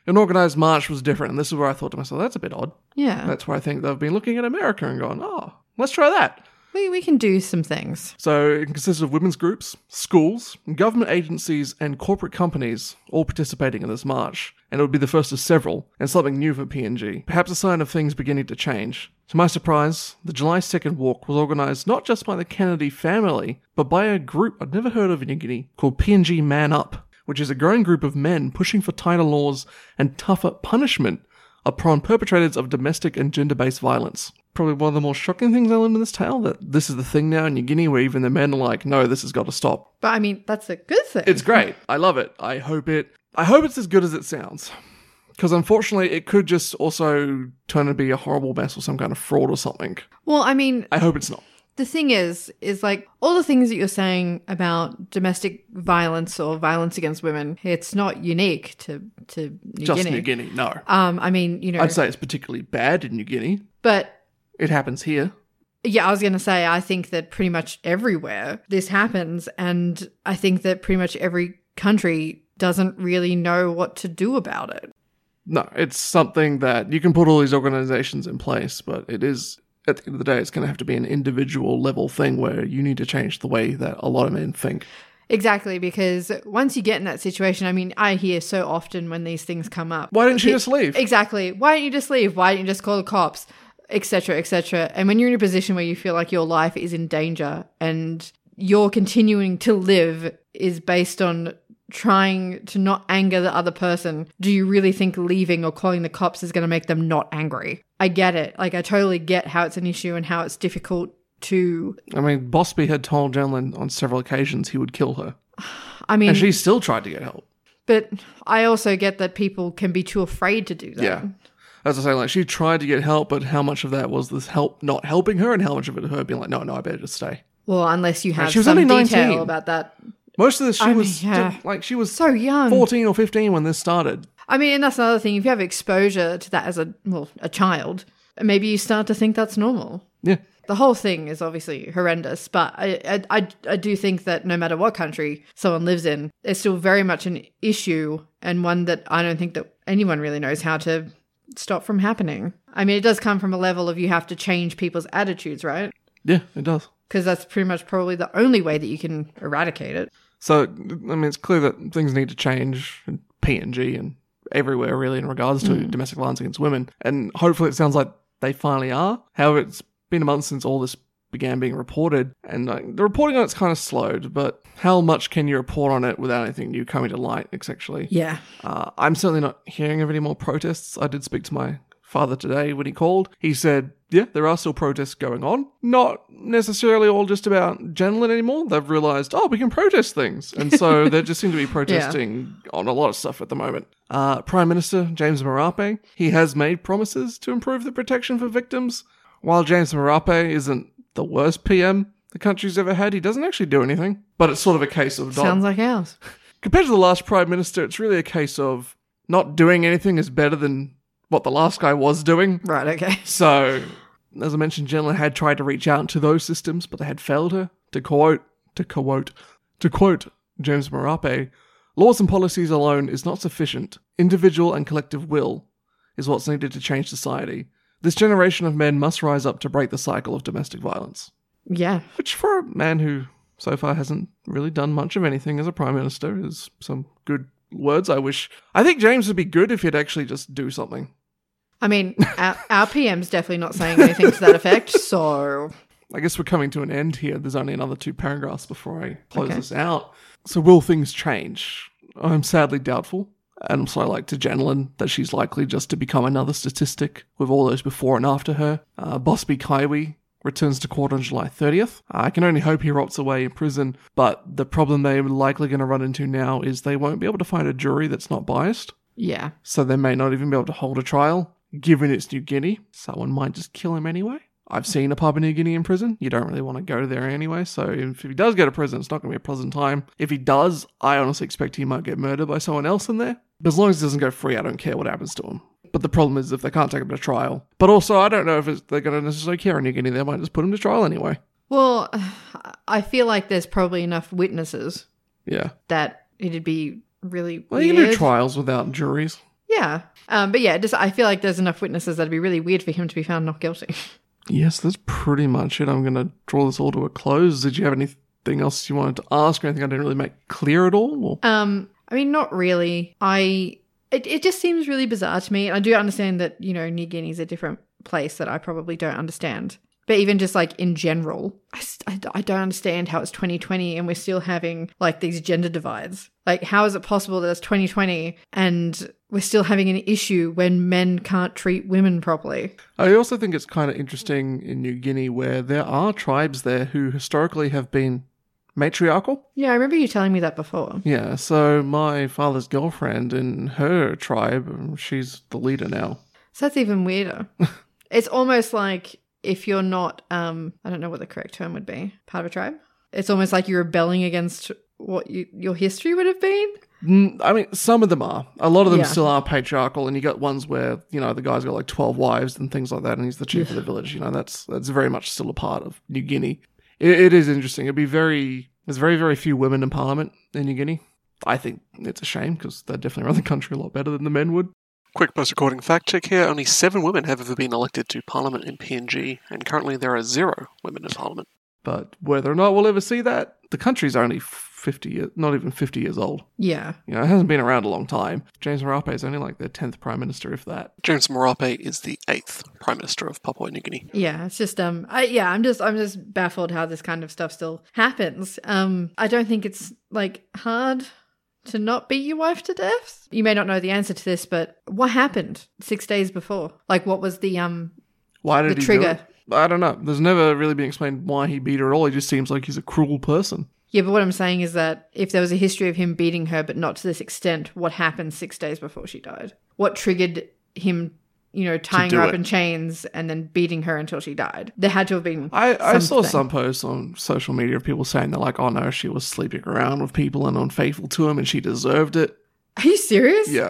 Speaker 2: an organized march was different, and this is where I thought to myself, that's a bit odd.
Speaker 1: yeah.
Speaker 2: That's where I think they've been looking at America and gone, oh, let's try that.
Speaker 1: we we can do some things.
Speaker 2: So it consisted of women's groups, schools, government agencies, and corporate companies all participating in this march, and it would be the first of several, and something new for PNG. Perhaps a sign of things beginning to change. To my surprise, the July 2nd walk was organised not just by the Kennedy family, but by a group I'd never heard of in New Guinea called PNG Man Up, which is a growing group of men pushing for tighter laws and tougher punishment upon perpetrators of domestic and gender based violence. Probably one of the more shocking things I learned in this tale that this is the thing now in New Guinea where even the men are like, no, this has got to stop.
Speaker 1: But I mean, that's a good thing.
Speaker 2: It's great. I love it. I hope it I hope it's as good as it sounds. Because unfortunately, it could just also turn to be a horrible mess or some kind of fraud or something.
Speaker 1: Well, I mean,
Speaker 2: I hope it's not.
Speaker 1: the thing is, is like all the things that you're saying about domestic violence or violence against women, it's not unique to to New
Speaker 2: Just
Speaker 1: Guinea.
Speaker 2: New Guinea, no.
Speaker 1: Um, I mean, you know,
Speaker 2: I'd say it's particularly bad in New Guinea.
Speaker 1: but
Speaker 2: It happens here.
Speaker 1: yeah, I was going to say, I think that pretty much everywhere this happens. And I think that pretty much every country doesn't really know what to do about it.
Speaker 2: No, it's something that you can put all these organizations in place, but it is, at the end of the day, it's going to have to be an individual level thing where you need to change the way that a lot of men think.
Speaker 1: Exactly, because once you get in that situation, I mean, I hear so often when these things come up.
Speaker 2: Why didn't you just leave?
Speaker 1: Exactly. Why don't you just leave? Why don't you just call the cops? Etc. Etc. And when you're in a position where you feel like your life is in danger and your continuing to live is based on trying to not anger the other person, do you really think leaving or calling the cops is going to make them not angry? I get it. Like, I totally get how it's an issue and how it's difficult to.
Speaker 2: I mean, Bosby had told Janlin on several occasions he would kill her,
Speaker 1: I mean,
Speaker 2: and she still tried to get help.
Speaker 1: but I also get that people can be too afraid to do that.
Speaker 2: Yeah. As I say, like she tried to get help, but how much of that was this help not helping her, and how much of it her being like, no, no, I better just stay.
Speaker 1: Well, unless you have
Speaker 2: she was
Speaker 1: some
Speaker 2: only
Speaker 1: detail
Speaker 2: 19.
Speaker 1: about that.
Speaker 2: Most of this, she
Speaker 1: I mean,
Speaker 2: was still-
Speaker 1: yeah.
Speaker 2: like, she was
Speaker 1: So young.
Speaker 2: fourteen or fifteen when this started.
Speaker 1: I mean, and that's another thing. If you have exposure to that as a well, a child, maybe you start to think that's normal.
Speaker 2: Yeah,
Speaker 1: The whole thing is obviously horrendous, but I, I, I, I do think that no matter what country someone lives in, it's still very much an issue and one that I don't think that anyone really knows how to stop from happening. I mean, it does come from a level of you have to change people's attitudes, right?
Speaker 2: yeah, it does.
Speaker 1: because that's pretty much probably the only way that you can eradicate it.
Speaker 2: So I mean, it's clear that things need to change in PNG and everywhere really in regards to domestic violence against women, and hopefully it sounds like they finally are. However, it's been a month since all this began being reported, and like, the reporting on it's kind of slowed. But how much can you report on it without anything new coming to light? Essentially,
Speaker 1: Yeah.
Speaker 2: Uh, I'm certainly not hearing of any more protests. I did speak to my father today when he called. He said, yeah, there are still protests going on. Not necessarily all just about Janlin anymore. They've realised, oh, we can protest things. And so they just seem to be protesting on a lot of stuff at the moment. Uh, Prime Minister James Marape, he has made promises to improve the protection for victims. While James Marape isn't the worst PM the country's ever had, he doesn't actually do anything. But it's sort of a case of not
Speaker 1: Sounds like ours.
Speaker 2: compared to the last prime minister, it's really a case of not doing anything is better than what the last guy was doing.
Speaker 1: Right, okay.
Speaker 2: So, as I mentioned, Jenlin had tried to reach out to those systems, but they had failed her. To quote, to quote, to quote James Marape, laws and policies alone is not sufficient. Individual and collective will is what's needed to change society. This generation of men must rise up to break the cycle of domestic violence.
Speaker 1: Yeah.
Speaker 2: Which, for a man who so far hasn't really done much of anything as a prime minister, is some good words. I wish. I think James would be good if he'd actually just do something.
Speaker 1: I mean, our, our PM's definitely not saying anything to that effect, so.
Speaker 2: I guess we're coming to an end here. There's only another two paragraphs before I close
Speaker 1: Okay.
Speaker 2: this out. So, will things change? I'm sadly doubtful. And so, like to Janelin, that she's likely just to become another statistic with all those before and after her. Uh, Bosby Kaiwi returns to court on July 30th. I can only hope he rots away in prison, but the problem they're likely going to run into now is they won't be able to find a jury that's not biased
Speaker 1: Yeah.
Speaker 2: so they may not even be able to hold a trial. Given it's New Guinea, someone might just kill him anyway. I've seen a Papua New Guinea in prison. You don't really want to go there anyway. So if he does go to prison, it's not going to be a pleasant time. If he does, I honestly expect he might get murdered by someone else in there. But as long as he doesn't go free, I don't care what happens to him. But the problem is if they can't take him to trial. But also, I don't know if it's, they're going to necessarily care in New Guinea. They might just put him to trial anyway.
Speaker 1: Well, I feel like there's probably enough witnesses
Speaker 2: Yeah.
Speaker 1: that it'd be really
Speaker 2: Well, you
Speaker 1: weird.
Speaker 2: can do trials without juries.
Speaker 1: Yeah. Um, but yeah, just I feel like there's enough witnesses that'd be really weird for him to be found not guilty.
Speaker 2: Yes, that's pretty much it. I'm going to draw this all to a close. Did you have anything else you wanted to ask or anything I didn't really make clear at all? Or-
Speaker 1: Um, I mean, not really. I it, it just seems really bizarre to me. I do understand that you know New Guinea's a different place that I probably don't understand. But even just like in general, I, s- I d- I don't understand how it's 2020 and we're still having like these gender divides. Like, how is it possible that it's 2020 and we're still having an issue when men can't treat women properly?
Speaker 2: I also think it's kind of interesting in New Guinea where there are tribes there who historically have been matriarchal.
Speaker 1: Yeah, I remember you telling me that before.
Speaker 2: Yeah, so my father's girlfriend in her tribe, um, she's the leader now.
Speaker 1: So that's even weirder. it's almost like if you're not, um, I don't know what the correct term would be, part of a tribe. It's almost like you're rebelling against what you, your history would have been.
Speaker 2: Mm, I mean, some of them are. A lot of them
Speaker 1: Yeah.
Speaker 2: still are patriarchal, and you got ones where you know the guy's got like twelve wives and things like that, and he's the chief of the village. You know, that's that's very much still a part of New Guinea. It, it is interesting. It'd be very there's very very few women in parliament in New Guinea. I think it's a shame because they definitely run the country a lot better than the men would.
Speaker 3: Quick post recording fact check here. Only seven women have ever been elected to Parliament in PNG, and currently there are zero women in Parliament.
Speaker 2: But whether or not we'll ever see that, the country's only fifty, year, not even fifty years old.
Speaker 1: Yeah.
Speaker 2: You know, it hasn't been around a long time. James Marape is only like their tenth prime minister, if that.
Speaker 3: James Marape is the eighth Prime Minister of Papua New Guinea.
Speaker 1: Yeah, it's just um I yeah, I'm just I'm just baffled how this kind of stuff still happens. Um I don't think it's like hard to not beat your wife to death. You may not know the answer to this, but what happened 6 days before? Like what was the um
Speaker 2: Why did
Speaker 1: The
Speaker 2: he
Speaker 1: trigger.
Speaker 2: Do it? I don't know. There's never really been explained why he beat her at all. He just seems like he's a cruel person.
Speaker 1: yeah, but what I'm saying is that if there was a history of him beating her but not to this extent, what happened 6 days before she died? What triggered him you know, tying
Speaker 3: do
Speaker 1: her up
Speaker 3: it.
Speaker 1: in chains and then beating her until she died. There had to have been.
Speaker 2: I, I saw
Speaker 1: Something.
Speaker 2: some posts on social media of people saying they're like, oh no, she was sleeping around with people and unfaithful to him and she deserved it.
Speaker 1: Are you serious?
Speaker 2: Yeah.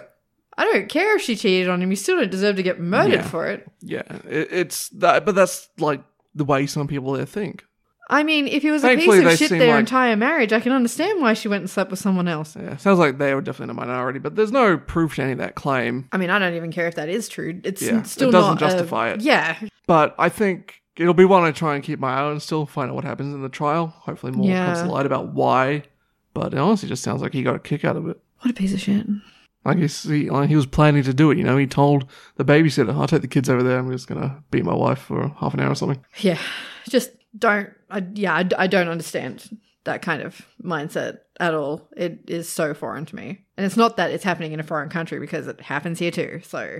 Speaker 1: I don't care if she cheated on him. You still don't deserve to get murdered
Speaker 2: Yeah.
Speaker 1: for it.
Speaker 2: Yeah. It, it's that, but that's like the way some people there think.
Speaker 1: I mean, if it was a
Speaker 2: Thankfully,
Speaker 1: piece
Speaker 2: they
Speaker 1: of shit
Speaker 2: seem
Speaker 1: their
Speaker 2: like-
Speaker 1: entire marriage, I can understand why she went and slept with someone else.
Speaker 2: Yeah. Sounds like they were definitely in a minority, but there's no proof to any of that claim.
Speaker 1: I mean, I don't even care if that is true. It's
Speaker 2: Yeah,
Speaker 1: n- still
Speaker 2: it doesn't
Speaker 1: not a-
Speaker 2: justify it.
Speaker 1: Yeah,
Speaker 2: But I think it'll be one I try and keep my eye on and still find out what happens in the trial. Hopefully more comes
Speaker 1: Yeah.
Speaker 2: to light about why. But it honestly just sounds like he got a kick out of it.
Speaker 1: what a piece of shit.
Speaker 2: Like he, he, like he was planning to do it, you know. He told the babysitter, "I'll take the kids over there. I'm just gonna beat my wife for half an hour or something."
Speaker 1: Yeah, just don't. I, yeah, I, d- I don't understand that kind of mindset at all. It is so foreign to me, and it's not that it's happening in a foreign country because it happens here too. So,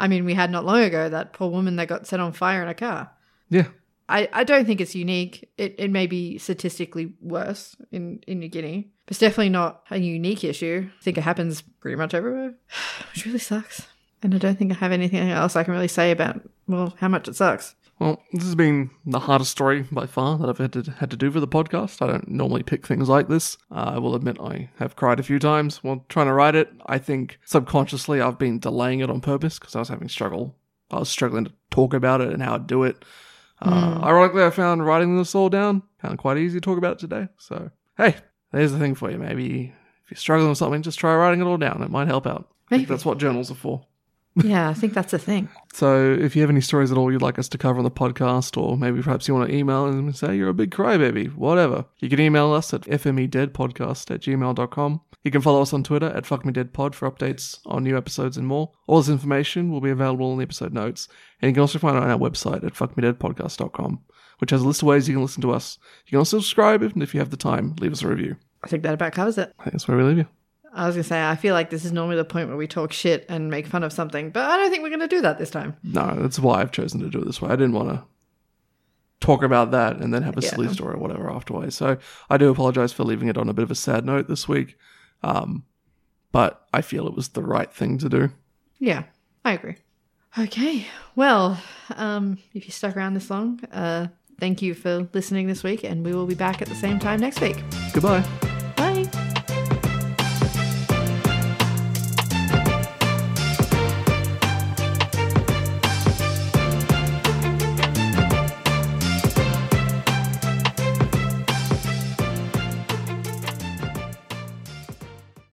Speaker 1: I mean, we had not long ago that poor woman that got set on fire in a car.
Speaker 2: Yeah,
Speaker 1: I, I don't think it's unique. It, it may be statistically worse in, in New Guinea, but it's definitely not a unique issue. I think it happens pretty much everywhere, which really sucks. And I don't think I have anything else I can really say about, well, how much it sucks.
Speaker 2: Well, this has been the hardest story by far that I've had to, had to do for the podcast. I don't normally pick things like this. Uh, I will admit I have cried a few times while trying to write it. I think subconsciously I've been delaying it on purpose because I was having struggle. I was struggling to talk about it and how to do it. Uh, Ironically, I found writing this all down found quite easy to talk about today. So, hey, there's the thing for you. Maybe if you're struggling with something, just try writing it all down. It might help out. I think
Speaker 1: Maybe.
Speaker 2: that's what journals are for.
Speaker 1: Yeah, I think that's the thing.
Speaker 2: So if you have any stories at all you'd like us to cover on the podcast, or maybe perhaps you want to email and say you're a big crybaby, whatever, you can email us at fmedeadpodcast at gmail.com. You can follow us on Twitter at fuckmedeadpod for updates on new episodes and more. All this information will be available in the episode notes, and you can also find it on our website at fuckmedeadpodcast.com, which has a list of ways you can listen to us. You can also subscribe, and if you have the time, leave us a review.
Speaker 1: I think that about covers it.
Speaker 2: I think that's where we leave you.
Speaker 1: I was going to say, I feel like this is normally the point where we talk shit and make fun of something, but I don't think we're going to do that this time.
Speaker 2: No, that's why I've chosen to do it this way. I didn't want to talk about that and then have a
Speaker 1: Yeah.
Speaker 2: silly story or whatever afterwards. So I do apologize for leaving it on a bit of a sad note this week. Um, but I feel it was the right thing to do.
Speaker 1: Yeah, I agree. Okay, well, um, if you stuck around this long, uh, thank you for listening this week, and we will be back at the same time next week.
Speaker 2: Goodbye.